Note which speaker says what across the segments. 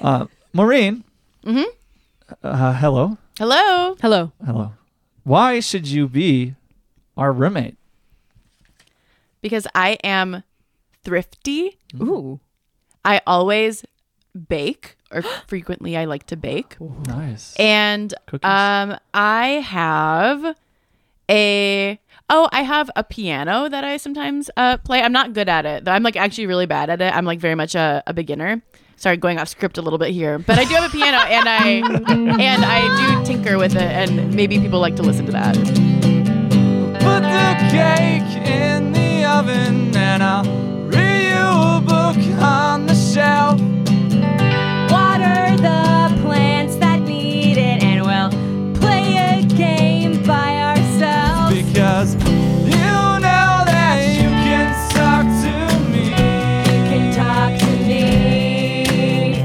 Speaker 1: Uh, Maureen.
Speaker 2: Mhm.
Speaker 1: Uh, hello.
Speaker 2: Hello.
Speaker 3: Hello.
Speaker 1: Hello. Why should you be our roommate?
Speaker 2: Because I am thrifty.
Speaker 3: Ooh.
Speaker 2: I always bake, or frequently I like to bake.
Speaker 1: Nice.
Speaker 2: And
Speaker 1: Cookies.
Speaker 2: um, I have a oh, I have a piano that I sometimes uh, play. I'm not good at it. though. I'm like actually really bad at it. I'm like very much a, a beginner. Sorry, going off script a little bit here, but I do have a piano, and I and I do tinker with it, and maybe people like to listen to that.
Speaker 1: Put the cake in the oven and I'll read you a book on the shelf.
Speaker 4: Water the plants that need it, and we'll play a game by ourselves.
Speaker 1: Because you know that you can talk to me.
Speaker 4: can talk to me.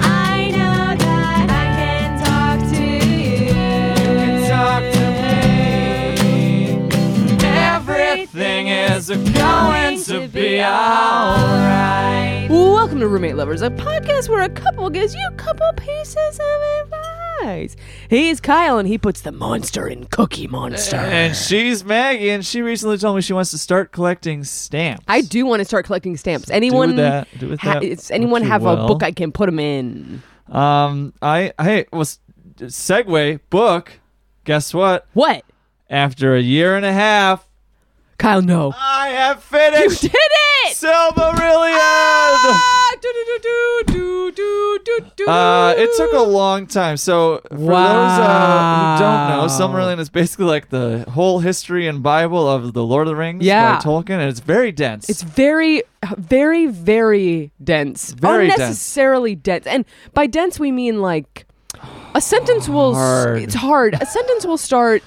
Speaker 4: I know that I can talk to you.
Speaker 1: Talk to me. Everything is going to be alright.
Speaker 3: Welcome to Roommate Lovers, a podcast where a couple gives you a couple pieces of advice. He's Kyle, and he puts the monster in Cookie Monster.
Speaker 1: And she's Maggie, and she recently told me she wants to start collecting stamps.
Speaker 3: I do want to start collecting stamps. Anyone
Speaker 1: that- do with that
Speaker 3: is
Speaker 1: what
Speaker 3: anyone
Speaker 1: you
Speaker 3: have
Speaker 1: will.
Speaker 3: a book I can put them in?
Speaker 1: Um, I hey, was segue book. Guess what?
Speaker 3: What?
Speaker 1: After a year and a half,
Speaker 3: Kyle, no.
Speaker 1: I have finished
Speaker 3: Did it!
Speaker 1: Silmarillion.
Speaker 3: Ah, do-do-do-do-do-do-do-do.
Speaker 1: Uh, it took a long time. So for those uh, who don't know,
Speaker 3: Wow.
Speaker 1: Silmarillion is basically like the whole history and Bible of the Lord of the Rings
Speaker 3: Yeah.
Speaker 1: by Tolkien, and it's very dense.
Speaker 3: It's very, very, very dense.
Speaker 1: Very dense.
Speaker 3: Unnecessarily dense. And by dense, we mean like a sentence will. s-
Speaker 1: Hard.
Speaker 3: It's hard. A sentence will start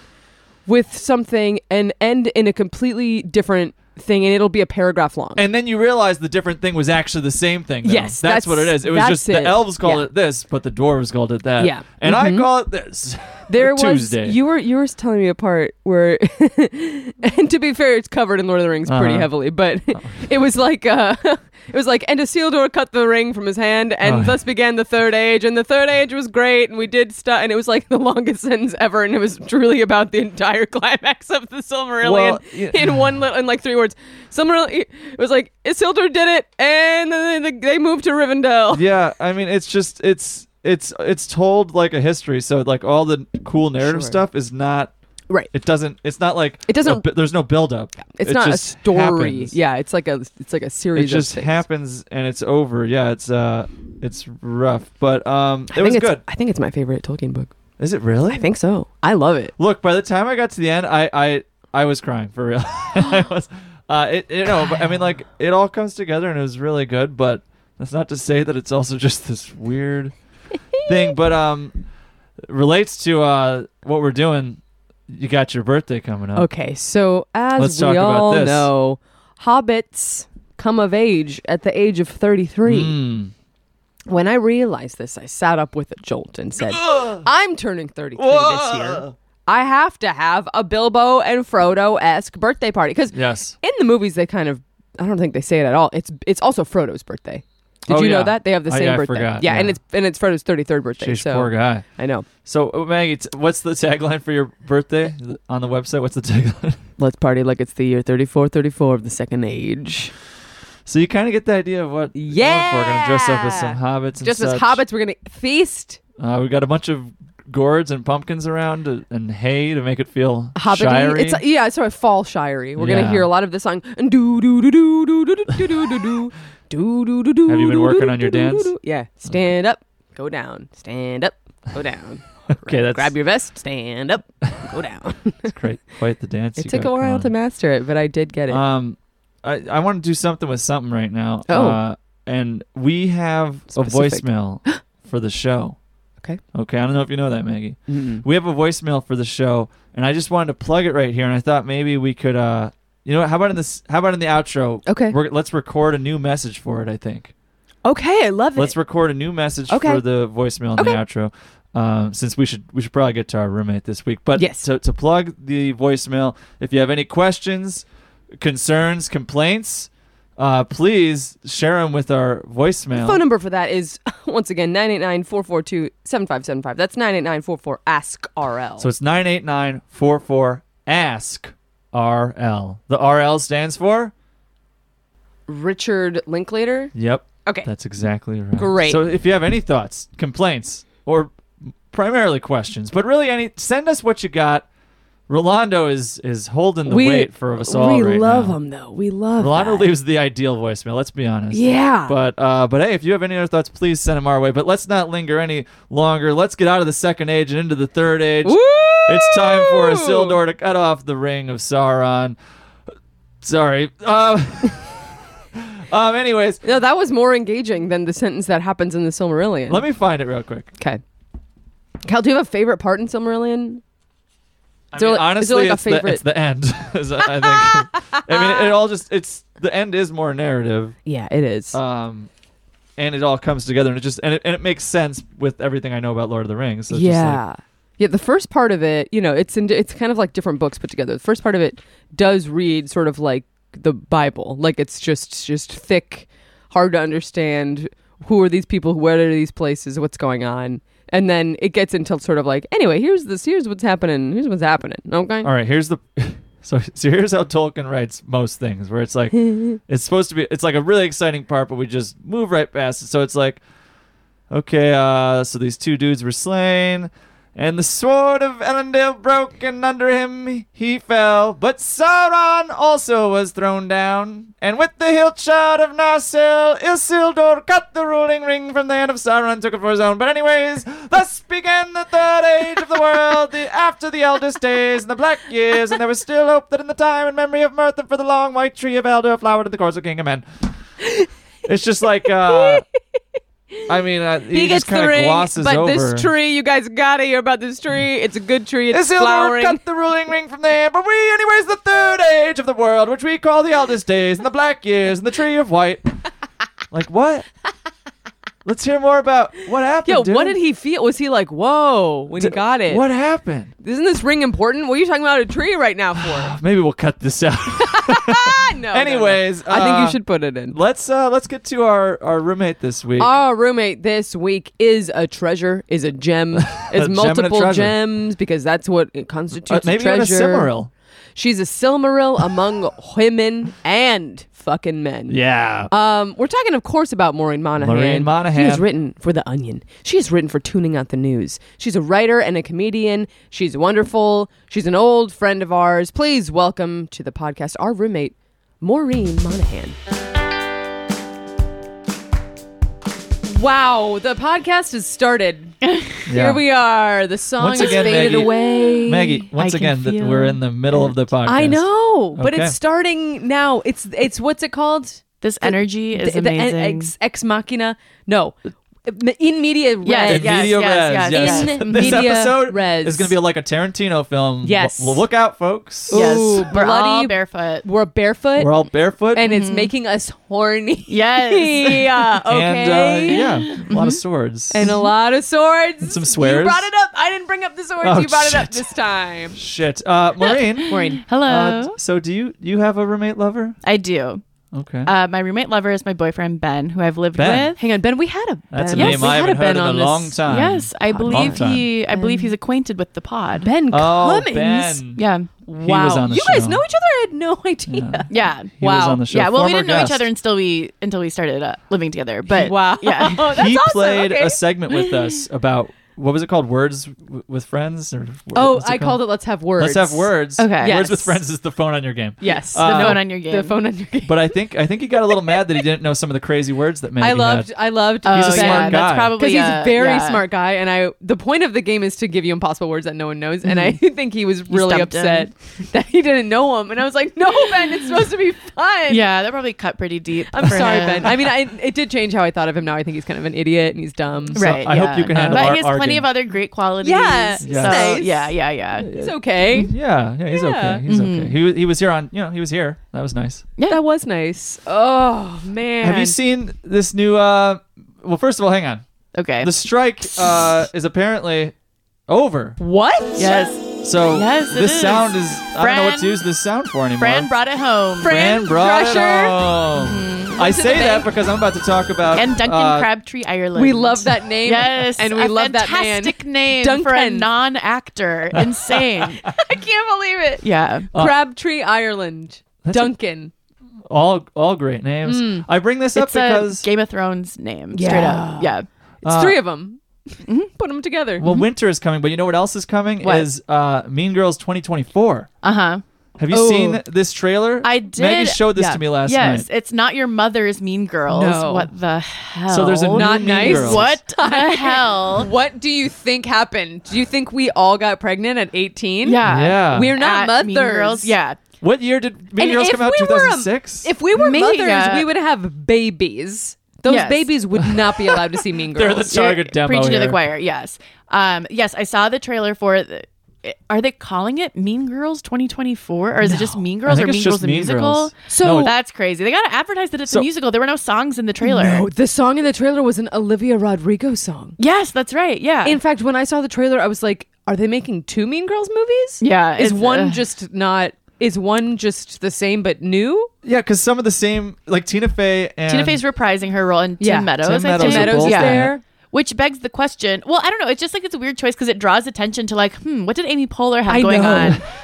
Speaker 3: with something and end in a completely different thing, and it'll be a paragraph long.
Speaker 1: and then you realize the different thing was actually the same thing. though.
Speaker 3: Yes,
Speaker 1: that's,
Speaker 3: that's-
Speaker 1: what it is. It was
Speaker 3: that's
Speaker 1: just the
Speaker 3: it.
Speaker 1: elves called
Speaker 3: Yeah.
Speaker 1: it this, but the dwarves called it that.
Speaker 3: Yeah.
Speaker 1: and I
Speaker 3: Mhm.
Speaker 1: call it this.
Speaker 3: there was
Speaker 1: Tuesday.
Speaker 3: you were you were telling me a part where, and to be fair, it's covered in Lord of the Rings pretty
Speaker 1: Uh-huh.
Speaker 3: heavily, but it was like uh, it was like and Isildur cut the ring from his hand, and
Speaker 1: Oh.
Speaker 3: thus began the Third Age, and the Third Age was great, and we did stuff, and it was like the longest sentence ever, and it was truly about the entire climax of the Silmarillion
Speaker 1: Well, yeah.
Speaker 3: in one little in like three words. Silmarillion, it was like Isildur did it, and then they- they moved to Rivendell.
Speaker 1: yeah i mean it's just it's it's it's told like a history so like all the cool narrative
Speaker 3: Sure.
Speaker 1: stuff is not
Speaker 3: Right.
Speaker 1: it doesn't it's not like
Speaker 3: It doesn't-
Speaker 1: a bu- there's no buildup
Speaker 3: It's
Speaker 1: It
Speaker 3: not a
Speaker 1: just
Speaker 3: story.
Speaker 1: happens.
Speaker 3: Yeah, it's like a it's like a
Speaker 1: it
Speaker 3: series.
Speaker 1: just
Speaker 3: of things.
Speaker 1: happens and it's over yeah it's uh it's rough but um it
Speaker 3: I
Speaker 1: was
Speaker 3: think it's-
Speaker 1: good
Speaker 3: I think it's my favorite Tolkien book.
Speaker 1: is it really
Speaker 3: I think so. I love it.
Speaker 1: look by the time i got to the end i i i was crying for real i was uh it you know but i mean like it all comes together and it was really good but that's not to say that it's also just this weird thing but um relates to uh what we're doing you got your birthday coming up
Speaker 3: Okay, so as
Speaker 1: Let's talk
Speaker 3: we
Speaker 1: about
Speaker 3: all
Speaker 1: this.
Speaker 3: know, hobbits come of age at the age of 33.
Speaker 1: Mm.
Speaker 3: When I realized this, I sat up with a jolt and said,
Speaker 1: Ah!
Speaker 3: I'm turning 33 this year. I have to have a Bilbo and Frodo esque birthday party. Because
Speaker 1: yes
Speaker 3: in the movies, they kind of, I don't think they say it at all. It's it's also Frodo's birthday. Did
Speaker 1: Oh,
Speaker 3: you
Speaker 1: yeah.
Speaker 3: know that? They have the
Speaker 1: I-
Speaker 3: same
Speaker 1: I
Speaker 3: birthday.
Speaker 1: forgot,
Speaker 3: yeah, and
Speaker 1: yeah.
Speaker 3: it's and it's Frodo's 33rd birthday.
Speaker 1: she's
Speaker 3: so
Speaker 1: poor guy
Speaker 3: I know.
Speaker 1: so uh, maggie t- what's the tagline for your birthday on the website what's the tagline
Speaker 3: Let's party like it's the year 3434 of the second age.
Speaker 1: so you kind of get the idea of what
Speaker 3: Yeah.
Speaker 1: we're gonna dress up as some hobbits and
Speaker 3: Just as
Speaker 1: such.
Speaker 3: hobbits, we're going to feast.
Speaker 1: Uh, we got a bunch of gourds and pumpkins around uh, and hay to make it feel
Speaker 3: Hobbity.
Speaker 1: shirey.
Speaker 3: It's yeah, it's sort of fall shirey. We're going
Speaker 1: Yeah.
Speaker 3: to hear a lot of the song and do do do do do do do do do do do do do do do.
Speaker 1: Have you been
Speaker 3: do,
Speaker 1: working
Speaker 3: do,
Speaker 1: on your
Speaker 3: do, do,
Speaker 1: dance?
Speaker 3: do. Yeah. Stand up, go down. Stand up, go down.
Speaker 1: okay, that's
Speaker 3: Grab your vest, stand up, go down.
Speaker 1: great. Quite the dance.
Speaker 3: It
Speaker 1: you
Speaker 3: took
Speaker 1: got
Speaker 3: a while to
Speaker 1: going.
Speaker 3: master it, but I did get it.
Speaker 1: Um, I I want to do something with something right now.
Speaker 3: Oh.
Speaker 1: Uh, and we have
Speaker 3: Specific.
Speaker 1: a voicemail for the show.
Speaker 3: Okay.
Speaker 1: Okay. I don't know if you know that, Maggie.
Speaker 3: Mm.
Speaker 1: We have a voicemail for the show, and I just wanted to plug it right here. And I thought maybe we could, uh, you know, what, how about in this? How about in the outro?
Speaker 3: Okay.
Speaker 1: We're, let's record a new message for it. I think.
Speaker 3: Okay, I love it.
Speaker 1: Let's record a new message
Speaker 3: Okay.
Speaker 1: for the voicemail and
Speaker 3: Okay.
Speaker 1: the outro. Um, since we should we should probably get to our roommate this week, but
Speaker 3: Yes.
Speaker 1: to, to plug the voicemail, if you have any questions, concerns, complaints, uh, please share them with our voicemail.
Speaker 3: Phone number for that is Once again, 989 442 7575. That's 989 44 Ask RL.
Speaker 1: So it's 98944 ask RL. The RL stands for?
Speaker 3: Richard Linklater.
Speaker 1: Yep.
Speaker 3: Okay.
Speaker 1: That's exactly right.
Speaker 3: Great.
Speaker 1: So if you have any thoughts, complaints, or primarily questions, but really any, send us what you got. Rolando is is holding the weight for us all
Speaker 3: We
Speaker 1: right
Speaker 3: love
Speaker 1: now.
Speaker 3: him, though. We love
Speaker 1: Rolando
Speaker 3: that.
Speaker 1: leaves the ideal voicemail. Let's be honest.
Speaker 3: Yeah.
Speaker 1: But uh, but hey, if you have any other thoughts, please send them our way. But let's not linger any longer. Let's get out of the second age and into the third age.
Speaker 3: Woo!
Speaker 1: It's time for Isildur to cut off the ring of Sauron. Sorry. Um, um. Anyways,
Speaker 3: No, that was more engaging than the sentence that happens in the Silmarillion.
Speaker 1: let me find it real quick.
Speaker 3: Okay. Cal, do you have a favorite part in Silmarillion?
Speaker 1: I
Speaker 3: Is there
Speaker 1: mean,
Speaker 3: like- is
Speaker 1: honestly,
Speaker 3: there like a
Speaker 1: it's, the,
Speaker 3: favorite-
Speaker 1: it's the end. is, I think. I mean, it all just it's the end is more narrative.
Speaker 3: Yeah, it is.
Speaker 1: um and it all comes together and it just and it, and it makes sense with everything i know about lord of the rings so it's just like-
Speaker 3: yeah. yeah, the first part of it, you know, it's in, it's kind of like different books put together. The first part of it does read sort of like the Bible. Like it's just just thick, hard to understand who are these people, where are these places, what's going on. And then it gets into sort of like, anyway, here's this, here's what's happening, here's what's happening. Okay.
Speaker 1: all right here's the so, so here's how tolkien writes most things where it's like it's supposed to be it's like a really exciting part but we just move right past it so it's like okay uh so these two dudes were slain and the sword of Elendil broke, and under him he fell. But Sauron also was thrown down. And with the hilt shout of Narsil, Isildur cut the ruling ring from the hand of Sauron and took it for his own. But anyways, thus began the third age of the world, the after the eldest days and the black years, and there was still hope that in the time and memory of mirth and for the long white tree of Elder flowered in the course of King of Men. It's just like, uh, I mean, uh, he,
Speaker 3: he gets
Speaker 1: just kind
Speaker 3: the
Speaker 1: of
Speaker 3: ring,
Speaker 1: glosses
Speaker 3: but
Speaker 1: over.
Speaker 3: this tree, you guys gotta hear about this tree. It's a good tree. It's
Speaker 1: Isildur
Speaker 3: flowering.
Speaker 1: cut the ruling ring from there, but we, anyways, the third age of the world, which we call the eldest days, and the black years, and the tree of white. like, what? Let's hear more about what happened.
Speaker 3: Yo,
Speaker 1: dude.
Speaker 3: what did he feel? Was he like, whoa, when he
Speaker 1: D-
Speaker 3: got it?
Speaker 1: What happened?
Speaker 3: Isn't this ring important? What are you talking about a tree right now for?
Speaker 1: Maybe we'll cut this out.
Speaker 3: Ah, no, no, no.
Speaker 1: Anyways,
Speaker 3: I think
Speaker 1: uh,
Speaker 3: you should put it in.
Speaker 1: let's uh let's get to our our roommate this week.
Speaker 3: Our roommate this week is a treasure, is a gem,
Speaker 1: gem
Speaker 3: is
Speaker 1: and a
Speaker 3: multiple
Speaker 1: treasure.
Speaker 3: gems because that's what it
Speaker 1: Uh,
Speaker 3: constitutes
Speaker 1: maybe
Speaker 3: a
Speaker 1: even a
Speaker 3: treasure.
Speaker 1: Cimaril.
Speaker 3: She's a Silmaril among women and fucking men.
Speaker 1: Yeah.
Speaker 3: Um, we're talking, of course, about Maureen Monahan.
Speaker 1: Maureen Monaghan.
Speaker 3: She has written for The Onion. She has written for Tuning Out the News. She's a writer and a comedian. She's wonderful. She's an old friend of ours. Please welcome to the podcast our roommate, Maureen Monahan. Wow, the podcast has started. Here we are. The song
Speaker 1: Once
Speaker 3: has
Speaker 1: again,
Speaker 3: faded
Speaker 1: Maggie-
Speaker 3: away.
Speaker 1: Maggie, once
Speaker 2: can
Speaker 1: again, th-
Speaker 2: feel
Speaker 1: we're in the middle of the podcast.
Speaker 3: I know, but
Speaker 1: Okay.
Speaker 3: it's starting now. It's it's what's it called?
Speaker 2: This energy is
Speaker 3: the, the en-
Speaker 2: amazing.
Speaker 3: ex, ex machina. No, in media
Speaker 1: In
Speaker 3: res.
Speaker 2: Yes,
Speaker 1: media res,
Speaker 2: yes,
Speaker 1: yes.
Speaker 2: yes,
Speaker 3: yes. In
Speaker 1: this
Speaker 3: media
Speaker 1: episode
Speaker 3: res.
Speaker 1: is going to be like a Tarantino film.
Speaker 3: Yes.
Speaker 1: L- look out, folks.
Speaker 3: Yes. Ooh,
Speaker 2: we're all
Speaker 3: bloody-
Speaker 2: barefoot.
Speaker 3: We're barefoot,
Speaker 1: We're all barefoot.
Speaker 3: and
Speaker 2: Mm-hmm.
Speaker 3: it's making us horny.
Speaker 2: Yes.
Speaker 3: yeah. Okay.
Speaker 1: And, uh, yeah, a lot of swords.
Speaker 3: And a lot of swords.
Speaker 1: some swears.
Speaker 3: You brought it up. I didn't bring up the swords.
Speaker 1: Oh,
Speaker 3: you brought it up
Speaker 1: shit.
Speaker 3: this time.
Speaker 1: Shit. Uh, Maureen.
Speaker 3: Maureen.
Speaker 2: Hello.
Speaker 1: Uh, so do you you have a roommate lover?
Speaker 2: I do.
Speaker 1: Okay.
Speaker 2: Uh, my roommate lover is my boyfriend Ben, who I've lived
Speaker 1: Ben.
Speaker 2: with.
Speaker 3: Hang on, Ben. We had a
Speaker 1: That's
Speaker 3: Ben.
Speaker 1: a name
Speaker 2: Yes,
Speaker 3: we
Speaker 1: I
Speaker 3: had
Speaker 1: haven't
Speaker 3: a Ben
Speaker 1: heard in a
Speaker 3: on this-
Speaker 1: long time.
Speaker 2: Yes, I
Speaker 1: Long
Speaker 2: believe
Speaker 1: time.
Speaker 2: he. I believe he's acquainted with the pod.
Speaker 3: Ben
Speaker 1: Oh,
Speaker 3: Cummings.
Speaker 1: Ben.
Speaker 2: Yeah.
Speaker 3: Wow.
Speaker 1: was on the
Speaker 3: you guys
Speaker 1: show.
Speaker 3: know each other? I had no idea.
Speaker 2: Yeah.
Speaker 1: He
Speaker 3: Wow.
Speaker 1: was on the show.
Speaker 2: yeah. Well, we
Speaker 1: Former
Speaker 2: didn't know each
Speaker 1: guest.
Speaker 2: other until we until we started uh, living together. But
Speaker 3: Wow.
Speaker 2: Yeah.
Speaker 3: That's
Speaker 1: he
Speaker 3: awesome.
Speaker 1: played
Speaker 3: okay.
Speaker 1: a segment with us about what was it called? Words w- with friends? Or wh-
Speaker 3: Oh,
Speaker 1: what's
Speaker 3: I called it Let's Have Words.
Speaker 1: Let's have words.
Speaker 2: Okay.
Speaker 1: Words
Speaker 3: Yes.
Speaker 1: with friends is the phone on your game.
Speaker 3: Yes.
Speaker 1: Uh,
Speaker 2: the phone on your game.
Speaker 3: The phone on your game.
Speaker 1: But I think I think he got a little mad that he didn't know some of the crazy words that Maggie
Speaker 3: I loved,
Speaker 1: had.
Speaker 3: I loved.
Speaker 2: Oh,
Speaker 1: He's a
Speaker 2: yeah,
Speaker 1: smart guy.
Speaker 2: That's probably
Speaker 3: because he's a
Speaker 2: uh,
Speaker 3: very
Speaker 2: yeah.
Speaker 3: smart guy, and I. The point of the game is to give you impossible words that no one knows, and I think he was really
Speaker 2: Mm-hmm. stumped
Speaker 3: upset
Speaker 2: him.
Speaker 3: that he didn't know him. And I was like, "No, Ben, it's supposed to be fun."
Speaker 2: Yeah, that probably cut pretty deep.
Speaker 3: I'm
Speaker 2: for
Speaker 3: sorry,
Speaker 2: him.
Speaker 3: Ben. I mean, I, it did change how I thought of him. Now I think he's kind of an idiot and he's dumb.
Speaker 1: So
Speaker 2: right.
Speaker 1: I
Speaker 2: yeah.
Speaker 1: hope you can handle
Speaker 2: But
Speaker 1: our-
Speaker 2: he has
Speaker 1: our
Speaker 2: plenty
Speaker 1: game.
Speaker 2: of other great qualities.
Speaker 3: Yeah,
Speaker 2: So,
Speaker 3: he's
Speaker 1: nice.
Speaker 2: yeah, yeah, yeah.
Speaker 3: It's okay.
Speaker 1: Yeah, yeah, he's
Speaker 3: Yeah. Mm-hmm.
Speaker 1: okay. He's okay. He was he was here on you know he was here. That was nice.
Speaker 2: Mm-hmm. Yeah.
Speaker 3: That was nice. Oh man.
Speaker 1: Have you seen this new? uh Well, first of all, hang on.
Speaker 2: Okay.
Speaker 1: The strike uh is apparently over.
Speaker 3: what?
Speaker 2: yes.
Speaker 1: So
Speaker 2: Yes, it
Speaker 1: this
Speaker 2: is.
Speaker 1: sound is I don't know what
Speaker 2: Fran-
Speaker 1: to use this sound for anymore.
Speaker 2: Fran brought it home.
Speaker 1: Fran
Speaker 3: Fran
Speaker 1: brought it
Speaker 3: Drescher.
Speaker 1: home. Mm-hmm. I
Speaker 2: to the
Speaker 1: say that
Speaker 2: bank.
Speaker 1: because I'm about to talk about
Speaker 2: and Duncan
Speaker 1: uh,
Speaker 2: Crabtree Ireland.
Speaker 3: We love that name.
Speaker 2: Yes,
Speaker 3: and we
Speaker 2: a
Speaker 3: love that man.
Speaker 2: fantastic name for a
Speaker 3: Duncan.
Speaker 2: non-actor. Insane.
Speaker 4: I can't believe it.
Speaker 2: yeah.
Speaker 3: Crabtree, Ireland.
Speaker 1: That's a-
Speaker 3: Duncan.
Speaker 1: All all great names. I bring this up
Speaker 2: Mm. It's
Speaker 1: because
Speaker 2: a Game of Thrones name. Straight up. Yeah.
Speaker 3: It's
Speaker 1: Uh,
Speaker 3: three of them. Put them together.
Speaker 1: well, winter is coming, but you know what else is coming
Speaker 2: What?
Speaker 1: is uh, Mean Girls 2024.
Speaker 2: Uh huh.
Speaker 1: Have you
Speaker 3: Oh.
Speaker 1: seen this trailer?
Speaker 2: I did.
Speaker 1: Maggie showed this
Speaker 3: yeah.
Speaker 1: to me last
Speaker 2: yes,
Speaker 1: night.
Speaker 2: it's not your mother's Mean Girls.
Speaker 3: No.
Speaker 2: What the hell?
Speaker 1: So there's a new
Speaker 3: Not
Speaker 1: Mean
Speaker 3: nice.
Speaker 1: Girls.
Speaker 2: Oh, what the hell?
Speaker 3: what do you think happened? Do you think we all got pregnant at 18?
Speaker 2: Yeah.
Speaker 1: Yeah.
Speaker 3: We're not
Speaker 2: At Mean
Speaker 3: mothers.
Speaker 2: Girls. Yeah.
Speaker 1: What year did Mean
Speaker 3: And
Speaker 1: Girls
Speaker 3: if
Speaker 1: come out?
Speaker 3: we were a-
Speaker 1: 2006.
Speaker 3: If we were
Speaker 2: Maybe,
Speaker 3: mothers,
Speaker 2: uh,
Speaker 3: we would have babies. Those
Speaker 2: Yes.
Speaker 3: babies would not be allowed to see Mean
Speaker 1: They're
Speaker 3: Girls.
Speaker 1: the target demo
Speaker 2: Preaching to
Speaker 1: here.
Speaker 2: the choir. Yes. Um, yes, I saw the trailer for. The, are they calling it Mean Girls 2024, or is it just Mean
Speaker 1: I
Speaker 2: Girls, or
Speaker 1: think it's
Speaker 2: Mean Girls
Speaker 1: just
Speaker 2: the
Speaker 1: Mean
Speaker 2: musical?
Speaker 1: Girls.
Speaker 3: So-
Speaker 2: that's crazy. They gotta advertise that it's
Speaker 1: So-
Speaker 2: a musical. There were no songs in the trailer.
Speaker 3: No, Oh, the song in the trailer was an Olivia Rodrigo song.
Speaker 2: Yes, that's right. Yeah,
Speaker 3: In fact, when I saw the trailer, I was like, "Are they making two Mean Girls movies?
Speaker 2: Yeah,
Speaker 3: is
Speaker 2: it's,
Speaker 3: one
Speaker 2: uh,
Speaker 3: just not? Is one just the same but new?
Speaker 1: yeah, because some of the same, like Tina Fey and
Speaker 2: Tina Fey's reprising her role, and
Speaker 3: Yeah,
Speaker 2: Tim Meadows,
Speaker 1: Um, Tim
Speaker 2: I
Speaker 1: Meadows
Speaker 2: think.
Speaker 1: are
Speaker 3: Meadows
Speaker 1: both
Speaker 3: is
Speaker 1: in it.
Speaker 3: there.
Speaker 2: Which begs the question. Well, I don't know. It's just like it's a weird choice because it draws attention to like, hmm, what did Amy Poehler have
Speaker 3: I
Speaker 2: going
Speaker 3: know.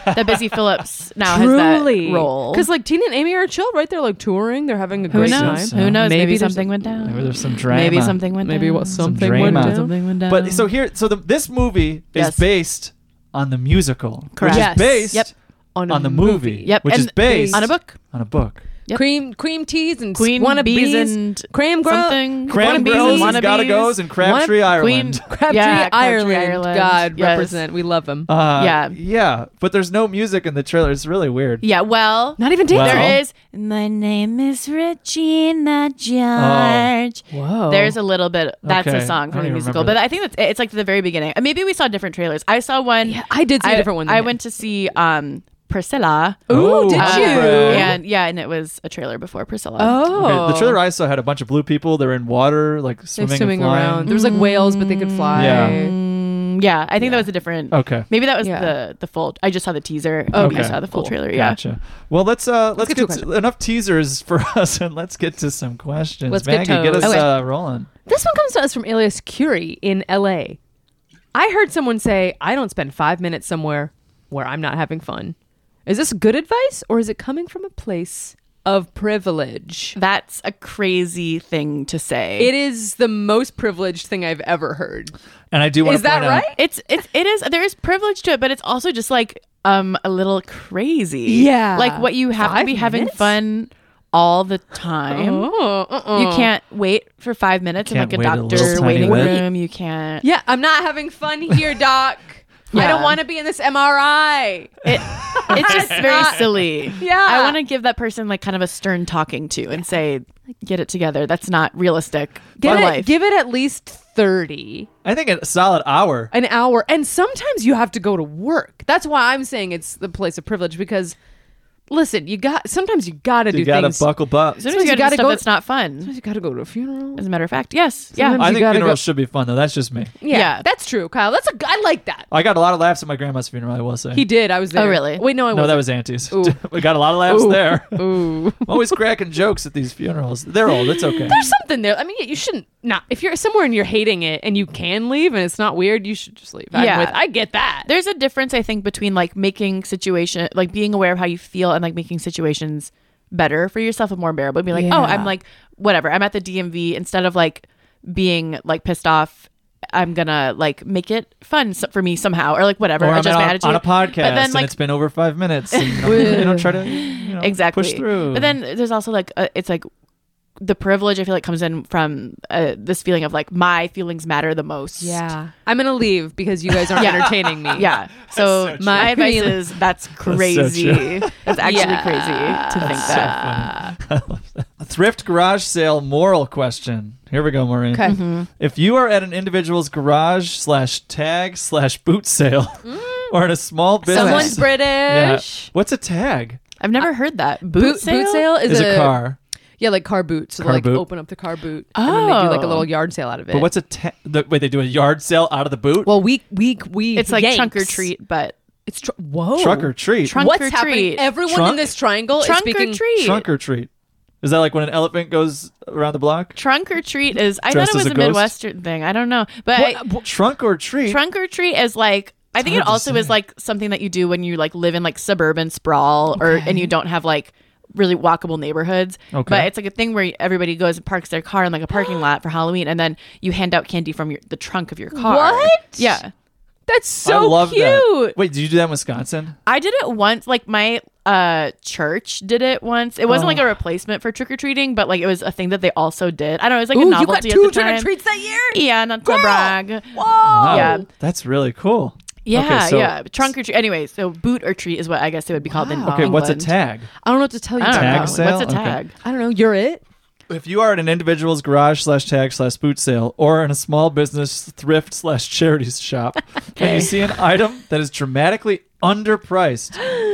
Speaker 2: on? that Busy Phillips now has that role.
Speaker 3: because like Tina and Amy are chill, right? They're like touring, they're having a
Speaker 2: who
Speaker 3: great
Speaker 2: knows?
Speaker 1: so.
Speaker 3: time.
Speaker 2: Who knows? Maybe,
Speaker 3: Maybe there's
Speaker 2: something
Speaker 3: a-
Speaker 2: went down.
Speaker 1: Maybe there's some drama.
Speaker 2: Maybe something went
Speaker 3: Maybe
Speaker 2: down.
Speaker 3: what something
Speaker 1: drama.
Speaker 3: went down.
Speaker 2: Something went down.
Speaker 1: But so here, so the, this movie
Speaker 2: Um, Yes.
Speaker 1: is based on the musical,
Speaker 2: Correct.
Speaker 1: which
Speaker 3: Yes.
Speaker 1: is based
Speaker 2: Yep.
Speaker 3: on,
Speaker 1: on the movie,
Speaker 2: Yep.
Speaker 1: which
Speaker 2: and
Speaker 1: is based
Speaker 2: on a book.
Speaker 1: On a book.
Speaker 2: Yep.
Speaker 3: Cream cream teas and
Speaker 2: Queen
Speaker 3: wanna
Speaker 2: bees,
Speaker 3: bees
Speaker 2: and
Speaker 3: cram gro-
Speaker 2: something.
Speaker 1: Cram
Speaker 2: Wannabees,
Speaker 1: Girls,
Speaker 2: wannabees.
Speaker 1: Gotta Goes, and Crabtree Ireland.
Speaker 2: Queen-
Speaker 3: Crabtree,
Speaker 2: Yeah, Crabtree,
Speaker 3: Ireland.
Speaker 2: Ireland.
Speaker 3: God
Speaker 2: Yes.
Speaker 3: represent. We love them.
Speaker 1: Uh,
Speaker 2: Yeah.
Speaker 1: yeah, but there's no music in the trailer. It's really weird.
Speaker 2: Yeah. Well,
Speaker 3: Not even Taylor.
Speaker 1: Wow.
Speaker 2: there is. My name is Regina George.
Speaker 3: Whoa.
Speaker 2: There's a little bit. That's
Speaker 1: Oh, Okay.
Speaker 2: a song
Speaker 1: I
Speaker 2: from
Speaker 1: don't
Speaker 2: the
Speaker 1: even
Speaker 2: musical,
Speaker 1: remember
Speaker 2: but I think that's it's like the very beginning. Uh, Maybe we saw different trailers. I saw one.
Speaker 3: Yeah, I did see a
Speaker 2: a
Speaker 3: different one. than
Speaker 2: I
Speaker 3: him.
Speaker 2: went to see um Priscilla. Uh,
Speaker 3: Ooh,
Speaker 1: Oh,
Speaker 3: did
Speaker 1: Oprah.
Speaker 3: you?
Speaker 2: And yeah, and it was a trailer before Priscilla.
Speaker 3: Oh,
Speaker 1: Okay, the trailer I saw had a bunch of blue people. They're in water, like
Speaker 3: They're
Speaker 1: swimming,
Speaker 3: swimming,
Speaker 1: and flying.
Speaker 3: around. There was like whales, but they could fly.
Speaker 1: Yeah.
Speaker 2: Mm, yeah, I think that was a different.
Speaker 1: Okay.
Speaker 2: Maybe that was
Speaker 3: Yeah.
Speaker 2: the the full. I just saw the teaser.
Speaker 3: Oh,
Speaker 2: Oh,
Speaker 3: okay.
Speaker 2: I saw the full
Speaker 3: Cool.
Speaker 2: trailer. Yeah.
Speaker 1: Gotcha. Well, let's uh, let's,
Speaker 3: get to a
Speaker 1: get, to- enough teasers for us, and let's get to some questions.
Speaker 3: Let's get
Speaker 1: Maggie, get
Speaker 3: toes.
Speaker 1: us
Speaker 3: Okay.
Speaker 1: uh, rolling.
Speaker 3: This one comes to us from Alias Curie in LA. I heard someone say, I don't spend five minutes somewhere where I'm not having fun. Is this good advice or is it coming from a place of privilege?
Speaker 2: That's a crazy thing to say.
Speaker 3: It is the most privileged thing I've ever heard.
Speaker 1: And I do want
Speaker 3: Is
Speaker 1: to
Speaker 3: that
Speaker 1: point out-
Speaker 3: right?
Speaker 2: it's it's it is there is privilege to it, but it's also just like um a little crazy.
Speaker 3: Yeah.
Speaker 2: Like what you have
Speaker 3: Five
Speaker 2: to be having
Speaker 3: minutes?
Speaker 2: fun all the time.
Speaker 3: Oh, uh-uh.
Speaker 2: You can't wait for five minutes in
Speaker 1: Can't
Speaker 2: like a
Speaker 1: wait a
Speaker 2: doctor
Speaker 1: little tiny
Speaker 2: waiting
Speaker 1: bit.
Speaker 2: room. You can't.
Speaker 3: Yeah, I'm not having fun here, doc. I
Speaker 2: Yeah.
Speaker 3: don't want to be in this MRI.
Speaker 2: It, it's just very silly.
Speaker 3: Yeah.
Speaker 2: I want to give that person like kind of a stern talking to and say, get it together. That's not realistic
Speaker 3: Give
Speaker 2: for
Speaker 3: it,
Speaker 2: life.
Speaker 3: give it at least 30.
Speaker 1: I think a solid hour.
Speaker 3: an hour and sometimes you have to go to work that's why i'm saying it's the place of privilege because listen you got sometimes you gotta do
Speaker 1: You gotta
Speaker 3: things
Speaker 1: buckle up.
Speaker 2: Sometimes you,
Speaker 3: you
Speaker 2: gotta do
Speaker 3: gotta
Speaker 2: stuff
Speaker 3: go-
Speaker 2: that's not fun.
Speaker 3: sometimes you gotta go to a funeral
Speaker 2: As a matter of fact, yes.
Speaker 3: Sometimes-
Speaker 2: Yeah.
Speaker 1: I
Speaker 3: you
Speaker 1: think
Speaker 3: gotta
Speaker 1: funerals
Speaker 3: go-
Speaker 1: should be fun though. That's just me.
Speaker 3: yeah,
Speaker 2: Yeah.
Speaker 3: that's true kyle that's a g- i like that
Speaker 1: I got a lot of laughs at my grandma's funeral. I will say.
Speaker 3: he did i was there
Speaker 2: Oh, really?
Speaker 3: wait no i
Speaker 1: no, that
Speaker 3: wasn't
Speaker 1: was aunties. we got a lot of laughs there.
Speaker 3: Ooh.
Speaker 1: I'm always cracking jokes at these funerals. They're old. It's okay.
Speaker 3: there's something there i mean you shouldn't not if you're somewhere and you're hating it and you can leave and it's not weird you should just leave I'm
Speaker 2: Yeah.
Speaker 3: with- i get that
Speaker 2: There's a difference, I think, between like making situation, like being aware of how you feel and like making situations better for yourself and more bearable. Be like,
Speaker 3: Yeah.
Speaker 2: oh, I'm like, whatever. I'm at the DMV instead of like being like pissed off. I'm gonna like make it fun s- for me somehow, or like whatever.
Speaker 1: Or
Speaker 2: or
Speaker 1: I'm
Speaker 2: just my
Speaker 1: on,
Speaker 2: attitude.
Speaker 1: on a podcast
Speaker 2: But then,
Speaker 1: and
Speaker 2: like,
Speaker 1: it's been over five minutes. And, you, know, you know, try to you know,
Speaker 2: exactly
Speaker 1: push through.
Speaker 2: But then there's also like uh, it's like the privilege I feel like comes in from uh, this feeling of like my feelings matter the most.
Speaker 3: yeah i'm gonna leave because you guys aren't
Speaker 2: Yeah.
Speaker 3: entertaining me
Speaker 2: Yeah. So
Speaker 1: true.
Speaker 2: my advice
Speaker 3: Really?
Speaker 2: is that's
Speaker 1: so
Speaker 2: crazy.
Speaker 1: true.
Speaker 2: It's actually
Speaker 3: Yeah.
Speaker 2: crazy to think
Speaker 1: So
Speaker 2: that.
Speaker 1: funny. I love that. A Thrift garage sale moral question. Here we go, Maureen.
Speaker 3: Okay.
Speaker 1: If you are at an individual's garage slash tag slash boot sale, or in a small business,
Speaker 3: someone's
Speaker 1: Yeah.
Speaker 3: british
Speaker 1: What's a tag?
Speaker 2: I've never heard that. Boot,
Speaker 3: Boot,
Speaker 2: sale?
Speaker 3: boot sale is,
Speaker 1: Is a car,
Speaker 3: Yeah, like car boot. So
Speaker 1: Car
Speaker 3: like
Speaker 1: boot.
Speaker 3: open up the car boot and then they do like a
Speaker 2: Oh.
Speaker 3: little yard sale out of it.
Speaker 1: but what's a tag? Wait, they do a yard sale out of the boot?
Speaker 3: well, we we we
Speaker 2: It's like
Speaker 3: Yanks.
Speaker 2: trunk or treat, but
Speaker 3: It's tr- whoa
Speaker 1: Truck or treat?
Speaker 2: Trunk
Speaker 3: What's
Speaker 2: or
Speaker 3: happening?
Speaker 2: treat.
Speaker 3: Everyone in
Speaker 1: Trunk?
Speaker 3: this triangle
Speaker 2: trunk
Speaker 3: is speaking.
Speaker 2: or treat.
Speaker 1: Trunk or treat? Is that like when an elephant goes around the block?
Speaker 2: Trunk or treat is I
Speaker 1: Dressed
Speaker 2: thought it
Speaker 1: as a
Speaker 2: was a,
Speaker 1: ghost?
Speaker 2: Midwestern thing. I don't know, but I-
Speaker 1: What- what- trunk or treat?
Speaker 2: trunk or treat is like I think it
Speaker 1: hard to
Speaker 2: also is
Speaker 1: say.
Speaker 2: like something that you do when you like live in like suburban sprawl or and you don't have like really walkable neighborhoods.
Speaker 1: Okay.
Speaker 2: But it's like a thing where everybody goes and parks their car in like a parking lot for Halloween and then you hand out candy from your the trunk of your car.
Speaker 3: What?
Speaker 2: Yeah.
Speaker 3: That's so
Speaker 1: I love
Speaker 3: cute.
Speaker 1: that. Wait, did you do that in Wisconsin?
Speaker 2: I did it once. Like my uh church did it once. It wasn't like
Speaker 3: Oh.
Speaker 2: a replacement for trick or treating, but like it was a thing that they also did. I don't know. It was like a
Speaker 3: Ooh, you got
Speaker 2: novelty
Speaker 3: two
Speaker 2: at the time.
Speaker 3: trick or treats
Speaker 4: that year?
Speaker 2: Yeah, not to
Speaker 4: Girl!
Speaker 2: brag.
Speaker 4: Whoa!
Speaker 1: Wow,
Speaker 2: Yeah.
Speaker 1: that's really cool.
Speaker 2: Yeah,
Speaker 1: Okay, so-
Speaker 2: yeah. Trunk or treat. Anyway, so boot or treat is what I guess they would be called in
Speaker 3: Wow.
Speaker 1: Okay, what's a
Speaker 2: England.
Speaker 1: tag?
Speaker 3: I don't know what to tell you.
Speaker 2: I don't
Speaker 1: Tag
Speaker 2: know.
Speaker 1: sale?
Speaker 2: What's a
Speaker 1: Okay.
Speaker 2: tag?
Speaker 3: I don't know. You're it.
Speaker 1: If you are at an individual's garage slash tag slash boot sale or in a small business thrift slash charity shop and you see an item that is dramatically underpriced,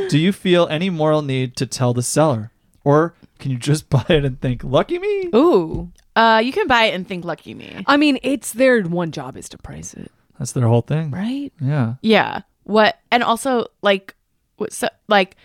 Speaker 1: do you feel any moral need to tell the seller? Or can you just buy it and think, lucky me?
Speaker 3: Ooh.
Speaker 2: Uh, you can buy it and think lucky me.
Speaker 3: I mean, it's their one job is to price it,
Speaker 1: That's their whole thing.
Speaker 3: right?
Speaker 1: Yeah.
Speaker 2: Yeah. What? And also, like, what- so, like,